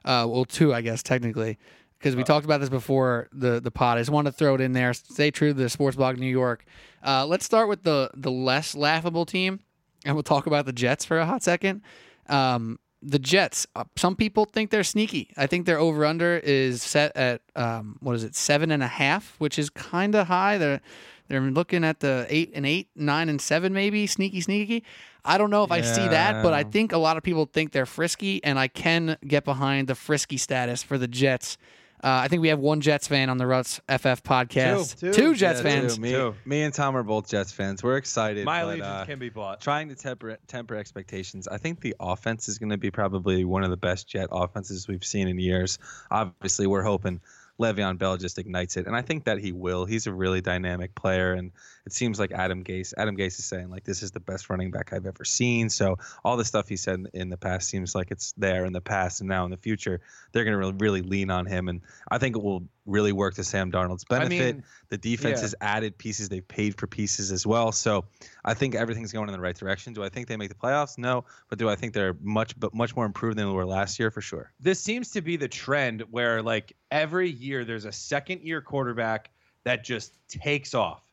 Speaker 1: uh, well, two I guess technically. because we talked about this before the the pod. I just wanted to throw it in there. Stay true to the sports blog New York. Uh, let's start with the the less laughable team, and we'll talk about the Jets for a hot second. Um, the Jets. Uh, some people think they're sneaky. I think their over under is set at um, what is it seven and a half, which is kind of high. They're they're looking at the eight and eight, nine and seven, maybe sneaky, sneaky. I don't know if I see that, but I
Speaker 4: Yeah.
Speaker 1: think a lot of people think they're frisky, and I can get behind the frisky status for the Jets. Uh, I think we have one Jets fan on the Ruts FF podcast.
Speaker 2: Two.
Speaker 1: Two
Speaker 2: Two.
Speaker 1: Jets
Speaker 4: Yeah, too.
Speaker 1: fans.
Speaker 4: Me,
Speaker 3: Too.
Speaker 4: me and Tom are both Jets fans. We're excited.
Speaker 3: My
Speaker 4: but,
Speaker 3: allegiance
Speaker 4: uh,
Speaker 3: can be bought.
Speaker 4: trying to temper temper expectations. I think the offense is going to be probably one of the best Jet offenses we've seen in years. Obviously, we're hoping Le'Veon Bell just ignites it, and I think that he will. He's a really dynamic player, and it seems like Adam Gase. Adam Gase is saying like this is the best running back I've ever seen. So all the stuff he said in- in the past seems like it's there in the past and now in the future. They're going to really, really lean on him, and I think it will really work to Sam Darnold's benefit.
Speaker 3: I mean,
Speaker 4: The defense
Speaker 3: Yeah.
Speaker 4: has added pieces. They've paid for pieces as well. So I think everything's going in the right direction. Do I think they make the playoffs? No. But do I think they're much but much more improved than they were last year? For sure.
Speaker 3: this seems to be the trend where like every year there's a second year quarterback that just takes off.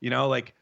Speaker 3: You know, like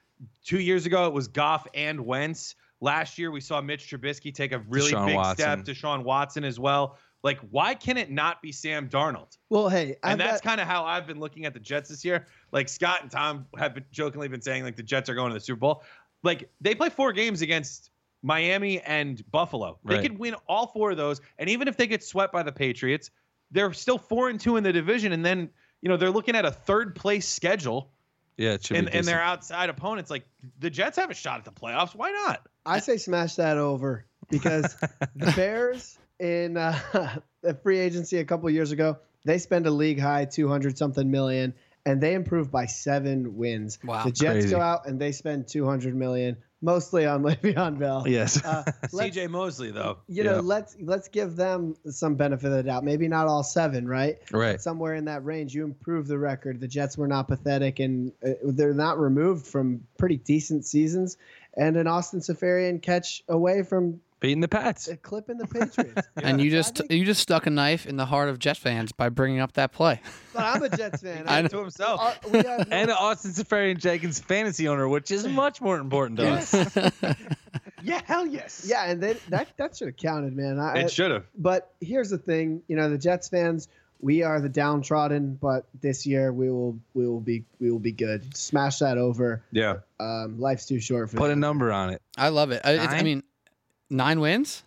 Speaker 3: two years ago it was Goff and Wentz. Last year we saw Mitch Trubisky take a really
Speaker 4: Deshaun
Speaker 3: big
Speaker 4: Watson.
Speaker 3: step. Deshaun Watson as well. Like, why can it not be Sam Darnold?
Speaker 2: Well, hey, I've
Speaker 3: And that's
Speaker 2: got-
Speaker 3: kind of how I've been looking at the Jets this year. Like Scott and Tom have been jokingly been saying like the Jets are going to the Super Bowl. Like they play four games against Miami and Buffalo. They
Speaker 4: Right.
Speaker 3: could win all four of those, and even if they get swept by the Patriots, they're still four and two in the division. And then you know they're looking at a third place schedule,
Speaker 4: Yeah, it should
Speaker 3: and,
Speaker 4: be.
Speaker 3: and
Speaker 4: decent.
Speaker 3: their outside opponents. Like the Jets have a shot at the playoffs. Why not?
Speaker 2: I say smash that over
Speaker 3: (laughs)
Speaker 2: because the Bears in uh, (laughs) the free agency a couple years ago, they spend a league high 200 something million and they improve by seven wins.
Speaker 1: Wow.
Speaker 2: the Jets
Speaker 4: Crazy.
Speaker 2: go out and they spend 200 million, mostly on (laughs) Le'Veon Bell.
Speaker 4: yes.
Speaker 3: (laughs)
Speaker 2: Uh, let's-
Speaker 3: C.J. Mosley though.
Speaker 2: you know,
Speaker 4: Yeah.
Speaker 2: let's let's give them some benefit of the doubt. Maybe not all seven, right?
Speaker 4: right.
Speaker 2: Somewhere in that range, you improve the record. The Jets were not pathetic, and uh, they're not removed from pretty decent seasons. And an Austin Safarian catch away from
Speaker 4: Beating the Pats.
Speaker 2: uh, clipping
Speaker 1: (laughs)
Speaker 2: the Patriots.
Speaker 1: And you just
Speaker 2: I think-
Speaker 1: you just stuck a knife in the heart of Jet fans by bringing up that play.
Speaker 2: but I'm a Jets fan.
Speaker 1: (laughs) I know.
Speaker 3: to himself.
Speaker 2: Uh, we have no-
Speaker 4: (laughs) And Austin Safarian Jenkins fantasy owner, which is much more important to us.
Speaker 3: yeah, hell yes.
Speaker 2: yeah, and they, that that should have counted, man. I, I-
Speaker 3: it should have.
Speaker 2: But here's the thing, you know, the Jets fans, we are the downtrodden, but this year we will we will be we will be good. Smash that over.
Speaker 3: Yeah.
Speaker 2: Um, life's too short for
Speaker 4: Put a
Speaker 2: that.
Speaker 4: number on it.
Speaker 1: (laughs) I love it. I, it's, I
Speaker 4: Nine?
Speaker 1: mean, nine wins.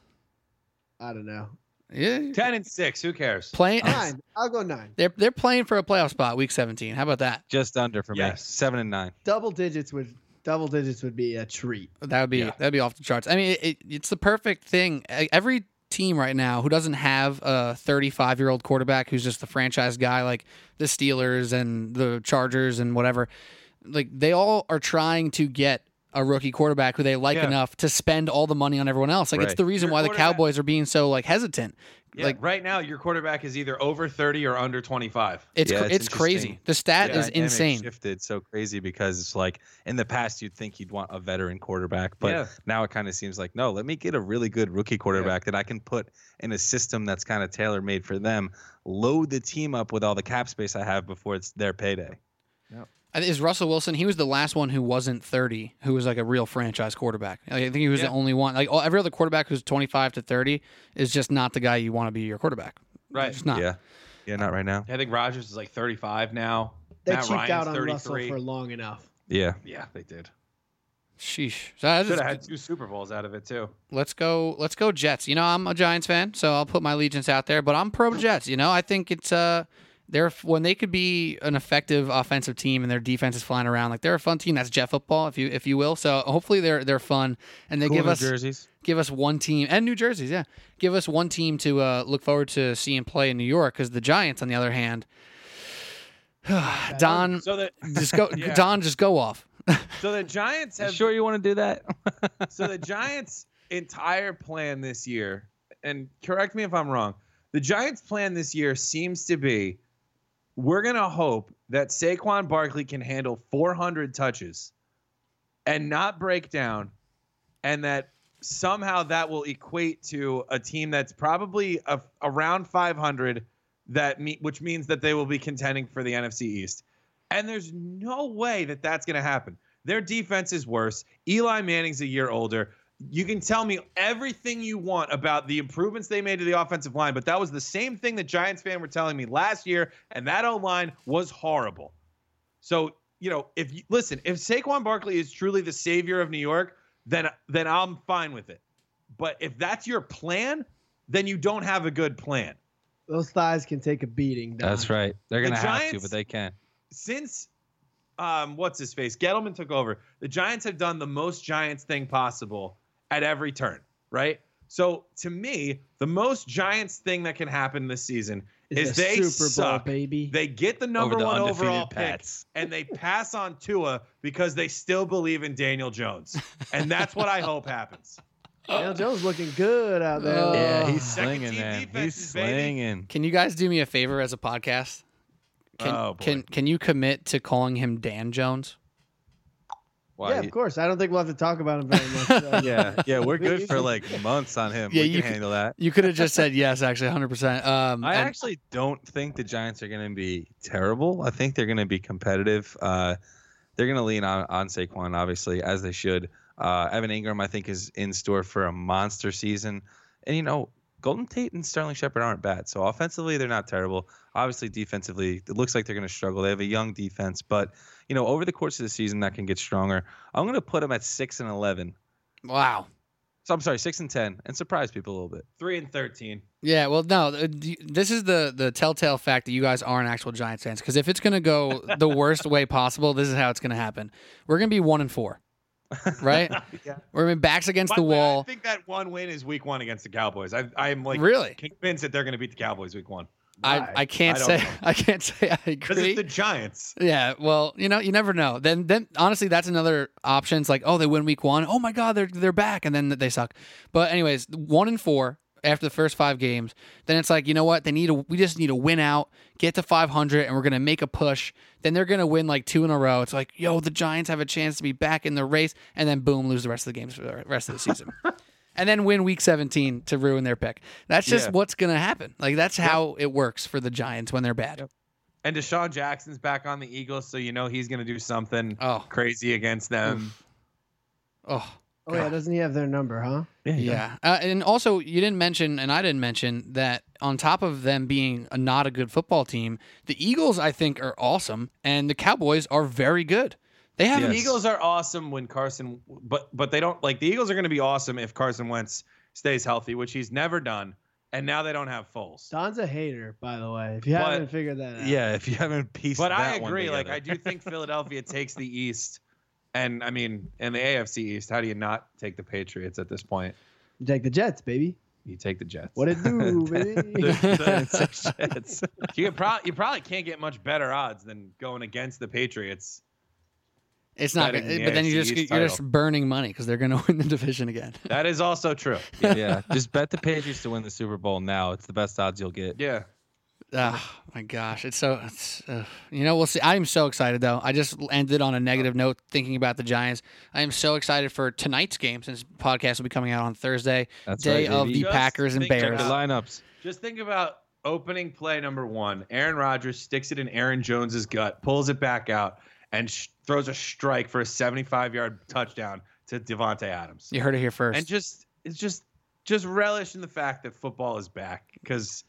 Speaker 2: I don't know.
Speaker 1: Yeah,
Speaker 3: Ten and six. Who cares?
Speaker 1: playing.
Speaker 2: Nine. I'll go nine.
Speaker 1: They're they're playing for a playoff spot, week seventeen. How about that?
Speaker 4: Just under for me.
Speaker 3: Yes.
Speaker 4: Seven and nine.
Speaker 2: Double digits would double digits would be a treat.
Speaker 1: That would be
Speaker 3: Yeah.
Speaker 1: that'd be off the charts. I mean, it, it, it's the perfect thing. E- Every team right now who doesn't have a 35 year old quarterback who's just the franchise guy, like the Steelers and the Chargers and whatever, like they all are trying to get a rookie quarterback who they like
Speaker 3: Yeah.
Speaker 1: enough to spend all the money on everyone else. Like it's
Speaker 4: Right.
Speaker 1: the reason
Speaker 3: Your
Speaker 1: why the
Speaker 3: quarterback-
Speaker 1: Cowboys are being so like hesitant.
Speaker 3: Yeah,
Speaker 1: Like-
Speaker 3: right now, your quarterback is either over 30 or under 25.
Speaker 1: It's
Speaker 4: Yeah,
Speaker 1: cr-
Speaker 4: it's
Speaker 1: it's crazy.
Speaker 4: interesting.
Speaker 1: The stat
Speaker 4: the
Speaker 1: is
Speaker 4: dynamic
Speaker 1: insane.
Speaker 4: Shifted so crazy because it's like in the past you'd think you'd want a veteran quarterback, but
Speaker 3: Yeah.
Speaker 4: now it kind of seems like no. Let me get a really good rookie quarterback that I can put in a system that's kind of tailor made for them. Load the team up with all the cap space I have before it's their payday.
Speaker 1: I think- Is Russell Wilson? He was the last one who wasn't thirty, who was like a real franchise quarterback. Like, I think he was
Speaker 3: Yeah.
Speaker 1: the only one. Like all, every other quarterback who's twenty five to thirty is just not the guy you want to be your quarterback.
Speaker 3: Right.
Speaker 1: Just not.
Speaker 4: Yeah, yeah, not right now.
Speaker 3: I think Rogers is like 35 now.
Speaker 2: They
Speaker 3: Matt
Speaker 2: cheaped
Speaker 3: Ryan's
Speaker 2: out on
Speaker 3: 33.
Speaker 2: Russell for long enough.
Speaker 4: Yeah,
Speaker 3: yeah, they did.
Speaker 1: Sheesh. So I
Speaker 3: Should
Speaker 1: just,
Speaker 3: have had two Super Bowls out of it too.
Speaker 1: let's go. Let's go Jets. You know I'm a Giants fan, so I'll put my allegiance out there. But I'm pro Jets. You know I think it's uh they're when they could be an effective offensive team and their defense is flying around like they're a fun team. That's Jet football, if you if you will. So hopefully they're they're fun and they
Speaker 4: Cool
Speaker 1: give
Speaker 4: new
Speaker 1: us.
Speaker 4: jerseys.
Speaker 1: give us one team and New Jersey's, yeah. Give us one team to uh, look forward to seeing play in New York because the Giants, on the other hand, (sighs) Don
Speaker 3: So the
Speaker 1: just go
Speaker 3: (laughs) Yeah.
Speaker 1: Don just go off.
Speaker 3: so the Giants
Speaker 4: You
Speaker 3: have
Speaker 4: sure you want to do (laughs) that?
Speaker 3: so the Giants' entire plan this year, and correct me if I'm wrong, the Giants' plan this year seems to be we're going to hope that Saquon Barkley can handle 400 touches and not break down, and that somehow that will equate to a team that's probably a, around 500 that me- which means that they will be contending for the NFC East. And there's no way that that's going to happen. Their defense is worse. Eli Manning's a year older. You can tell me everything you want about the improvements they made to the offensive line, but that was the same thing that Giants fan were telling me last year, and that O line was horrible. So you know, if you, listen, if Saquon Barkley is truly the savior of New York, then then I'm fine with it. But if that's your plan, then you don't have a good plan.
Speaker 2: Those thighs can take a beating. Don.
Speaker 4: That's right. They're
Speaker 3: The
Speaker 4: gonna have to,
Speaker 3: Giants-
Speaker 4: but they can't.
Speaker 3: Since um, what's his face? Gettleman took over. The Giants have done the most Giants thing possible at every turn, right? So to me, the most Giants thing that can happen this season
Speaker 2: It's
Speaker 3: is
Speaker 2: the
Speaker 3: they
Speaker 2: Super Bowl,
Speaker 3: suck.
Speaker 2: baby.
Speaker 3: They get the number
Speaker 4: over the
Speaker 3: one
Speaker 4: undefeated
Speaker 3: overall pick
Speaker 4: Pats.
Speaker 3: and they pass on Tua because they still believe in Daniel Jones. And that's what I hope happens.
Speaker 2: Daniel Jones looking good out there.
Speaker 1: Uh,
Speaker 4: Yeah, he's
Speaker 3: Second
Speaker 4: slinging,
Speaker 3: team
Speaker 4: man. He's
Speaker 3: defenses, baby.
Speaker 4: slinging.
Speaker 1: Can you guys do me a favor as a podcast? (laughs) Can,
Speaker 3: Oh, boy.
Speaker 1: can can you commit to calling him Dan Jones?
Speaker 4: Wow.
Speaker 2: yeah, of course. I don't think we'll have to talk about him very much.
Speaker 4: (laughs)
Speaker 2: so.
Speaker 4: yeah,
Speaker 1: (laughs)
Speaker 4: yeah, we're
Speaker 2: We-
Speaker 4: good for like months on him.
Speaker 1: Yeah,
Speaker 4: we
Speaker 1: you
Speaker 4: can
Speaker 1: could-
Speaker 4: handle that.
Speaker 1: You could have just
Speaker 3: (laughs)
Speaker 1: said yes, actually, 100%. Um,
Speaker 4: I
Speaker 1: and-
Speaker 4: actually don't think the Giants are going to be terrible. I think they're going to be competitive. Uh, they're going to lean on, on Saquon, obviously, as they should. Uh, Evan Ingram, I think, is in store for a monster season. And, you know, Golden Tate and Sterling Shepard aren't bad. So offensively, they're not terrible. Obviously, defensively, it looks like they're going to struggle. They have a young defense, but, you know, over the course of the season, that can get stronger. I'm going to put them at 6 and 11.
Speaker 1: wow.
Speaker 4: So I'm sorry, 6 and 10, and surprise people a little bit.
Speaker 3: Three and thirteen.
Speaker 1: Yeah, well, no, uh, do you- this is the the telltale fact that you guys aren't actual Giants fans. Because if it's going to go the worst way possible, this is how it's going to happen. We're going to be one and four, right?
Speaker 3: (laughs) Yeah.
Speaker 1: We're going to be backs against
Speaker 3: By
Speaker 1: the
Speaker 3: the way,
Speaker 1: wall.
Speaker 3: I think that one win is week one against the Cowboys. I I'm like
Speaker 1: really,
Speaker 3: convinced that they're gonna beat the Cowboys week one.
Speaker 1: I,
Speaker 2: Why?
Speaker 1: I can't
Speaker 3: I don't
Speaker 1: say
Speaker 3: know.
Speaker 1: (laughs) I can't say I
Speaker 3: Because
Speaker 1: agree.
Speaker 3: it's the Giants.
Speaker 1: yeah, well, you know, you never know. Then then honestly, that's another option. It's like, oh, they win week one. Oh my God, they're they're back, and then they suck. But anyways, one and four after the first five games. Then it's like, you know what? They need a, we just need to win out, get to 500, and we're gonna make a push. Then they're gonna win like two in a row. It's like, yo, the Giants have a chance to be back in the race, and then boom, lose the rest of the games for the rest of the
Speaker 2: (laughs)
Speaker 1: season. And then win week 17 to ruin their pick. That's just
Speaker 4: Yeah.
Speaker 1: what's going to happen. Like, that's how it works for the Giants when they're bad.
Speaker 3: And Deshaun Jackson's back on the Eagles, so you know he's gonna do something
Speaker 1: Oh,
Speaker 3: crazy against
Speaker 4: Hmm.
Speaker 3: them.
Speaker 1: oh,
Speaker 2: Oh yeah, doesn't he have their number, huh?
Speaker 1: Yeah. Uh, and also, you didn't mention, and I didn't mention, that on top of them being a, not a good football team, the Eagles, I think, are awesome, and the Cowboys are very good. They have
Speaker 4: Yeah.
Speaker 3: The
Speaker 4: Yes.
Speaker 3: Eagles are awesome when Carson but but they don't like the Eagles are gonna be awesome if Carson Wentz stays healthy, which he's never done. And now they don't have Foles.
Speaker 2: Don's a hater, by the way. If you
Speaker 3: But-
Speaker 2: haven't figured that out.
Speaker 4: Yeah, if you haven't pieced
Speaker 3: But I
Speaker 4: that one
Speaker 3: agree. Like
Speaker 4: together.
Speaker 3: I do think Philadelphia takes the East, and I mean, and the AFC East. How do you not take the Patriots at this point?
Speaker 2: You take the Jets, baby.
Speaker 3: You take the
Speaker 4: (laughs)
Speaker 3: Jets.
Speaker 2: What it do, baby? (laughs)
Speaker 4: the, the Jets.
Speaker 3: you could prob- you probably can't get much better odds than going against the Patriots.
Speaker 1: e-, it's not,
Speaker 3: Better
Speaker 1: good,
Speaker 3: than the
Speaker 1: but then you
Speaker 3: AFC
Speaker 1: just
Speaker 3: East
Speaker 1: you're just
Speaker 3: title.
Speaker 1: burning money because they're going to (laughs) win the division again.
Speaker 3: That is also true.
Speaker 4: yeah, just bet the Patriots to win the Super Bowl now. It's the best odds you'll get.
Speaker 3: Yeah.
Speaker 1: Oh my gosh, it's so it's, uh, you know we'll see. I am so excited though. I just ended on a negative note thinking about the Giants. I am so excited for tonight's game since the podcast will be coming out on Thursday,
Speaker 4: That's
Speaker 1: day
Speaker 4: right,
Speaker 1: of
Speaker 4: baby.
Speaker 1: the
Speaker 3: Just
Speaker 1: Packers and
Speaker 3: think
Speaker 1: Bears.
Speaker 4: Check the lineups.
Speaker 3: Just think about opening play number one. Aaron Rodgers sticks it in Aaron Jones's gut, pulls it back out, and sh- throws a strike for a 75-yard touchdown to Devonte Adams.
Speaker 1: You heard it here first.
Speaker 3: and just it's just just relish in the fact that football is back because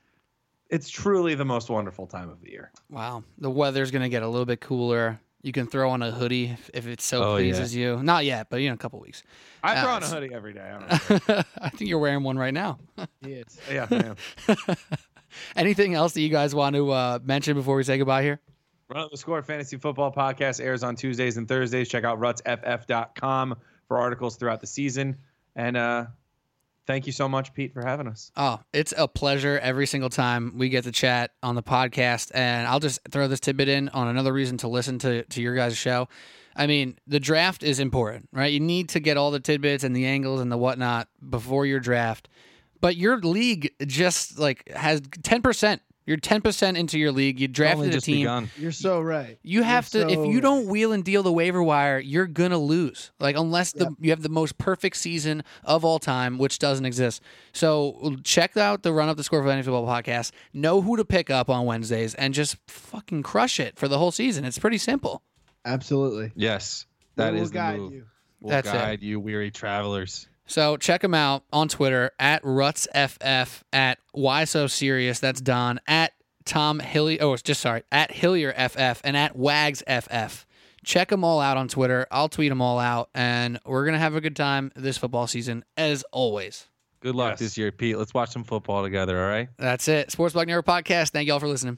Speaker 3: it's truly the most wonderful time of the year.
Speaker 1: Wow, the weather's gonna get a little bit cooler. You can throw on a hoodie if, if it so
Speaker 4: Oh, yeah.
Speaker 1: pleases you. Not yet, but you know, in a couple weeks. (laughs)
Speaker 3: I
Speaker 1: Uh,
Speaker 3: throw on a
Speaker 1: s-
Speaker 3: hoodie every day. I
Speaker 1: (laughs)
Speaker 3: don't know.
Speaker 1: I think you're wearing one right now.
Speaker 2: Idiots.
Speaker 3: yeah, man.
Speaker 1: Anything else that you guys want to uh, mention before we say goodbye here?
Speaker 3: Run up the score fantasy football podcast airs on Tuesdays and Thursdays. Check out rutsff.com for articles throughout the season. And uh, thank you so much, Pete, for having us.
Speaker 1: Oh, it's a pleasure every single time we get to chat on the podcast. And I'll just throw this tidbit in on another reason to listen to, to your guys' show. I mean, the draft is important, right? You need to get all the tidbits and the angles and the whatnot before your draft. But your league just like has 10%. You're ten percent into your league. You
Speaker 4: Only
Speaker 1: drafted a
Speaker 4: just
Speaker 1: team.
Speaker 4: begun.
Speaker 2: You're so right.
Speaker 1: You have to
Speaker 2: You're
Speaker 1: if
Speaker 2: so
Speaker 1: you don't wheel and deal the waiver wire, you're gonna lose. Like unless the you have the most perfect season of all time, which doesn't exist. So check out the Run Up the Score for Fantasy Football podcast. Know who to pick up on Wednesdays and just fucking crush it for the whole season. It's pretty simple.
Speaker 2: Absolutely.
Speaker 4: Yes, that
Speaker 2: we
Speaker 4: is
Speaker 2: will
Speaker 4: the
Speaker 2: guide
Speaker 4: move.
Speaker 2: you.
Speaker 4: We'll
Speaker 1: That's it.
Speaker 4: guide you, weary travelers.
Speaker 1: So check him out on Twitter at RutsFF at Why So Serious. That's Don at Tom Hillier. Oh, it's just sorry at Hillier FF and at Wags FF. Check them all out on Twitter. I'll tweet them all out, and we're gonna have a good time this football season as always.
Speaker 4: Good luck
Speaker 3: Yes.
Speaker 4: this year, Pete. Let's watch some football together. All right.
Speaker 1: That's it. Sports Blog Network podcast. Thank y'all for listening.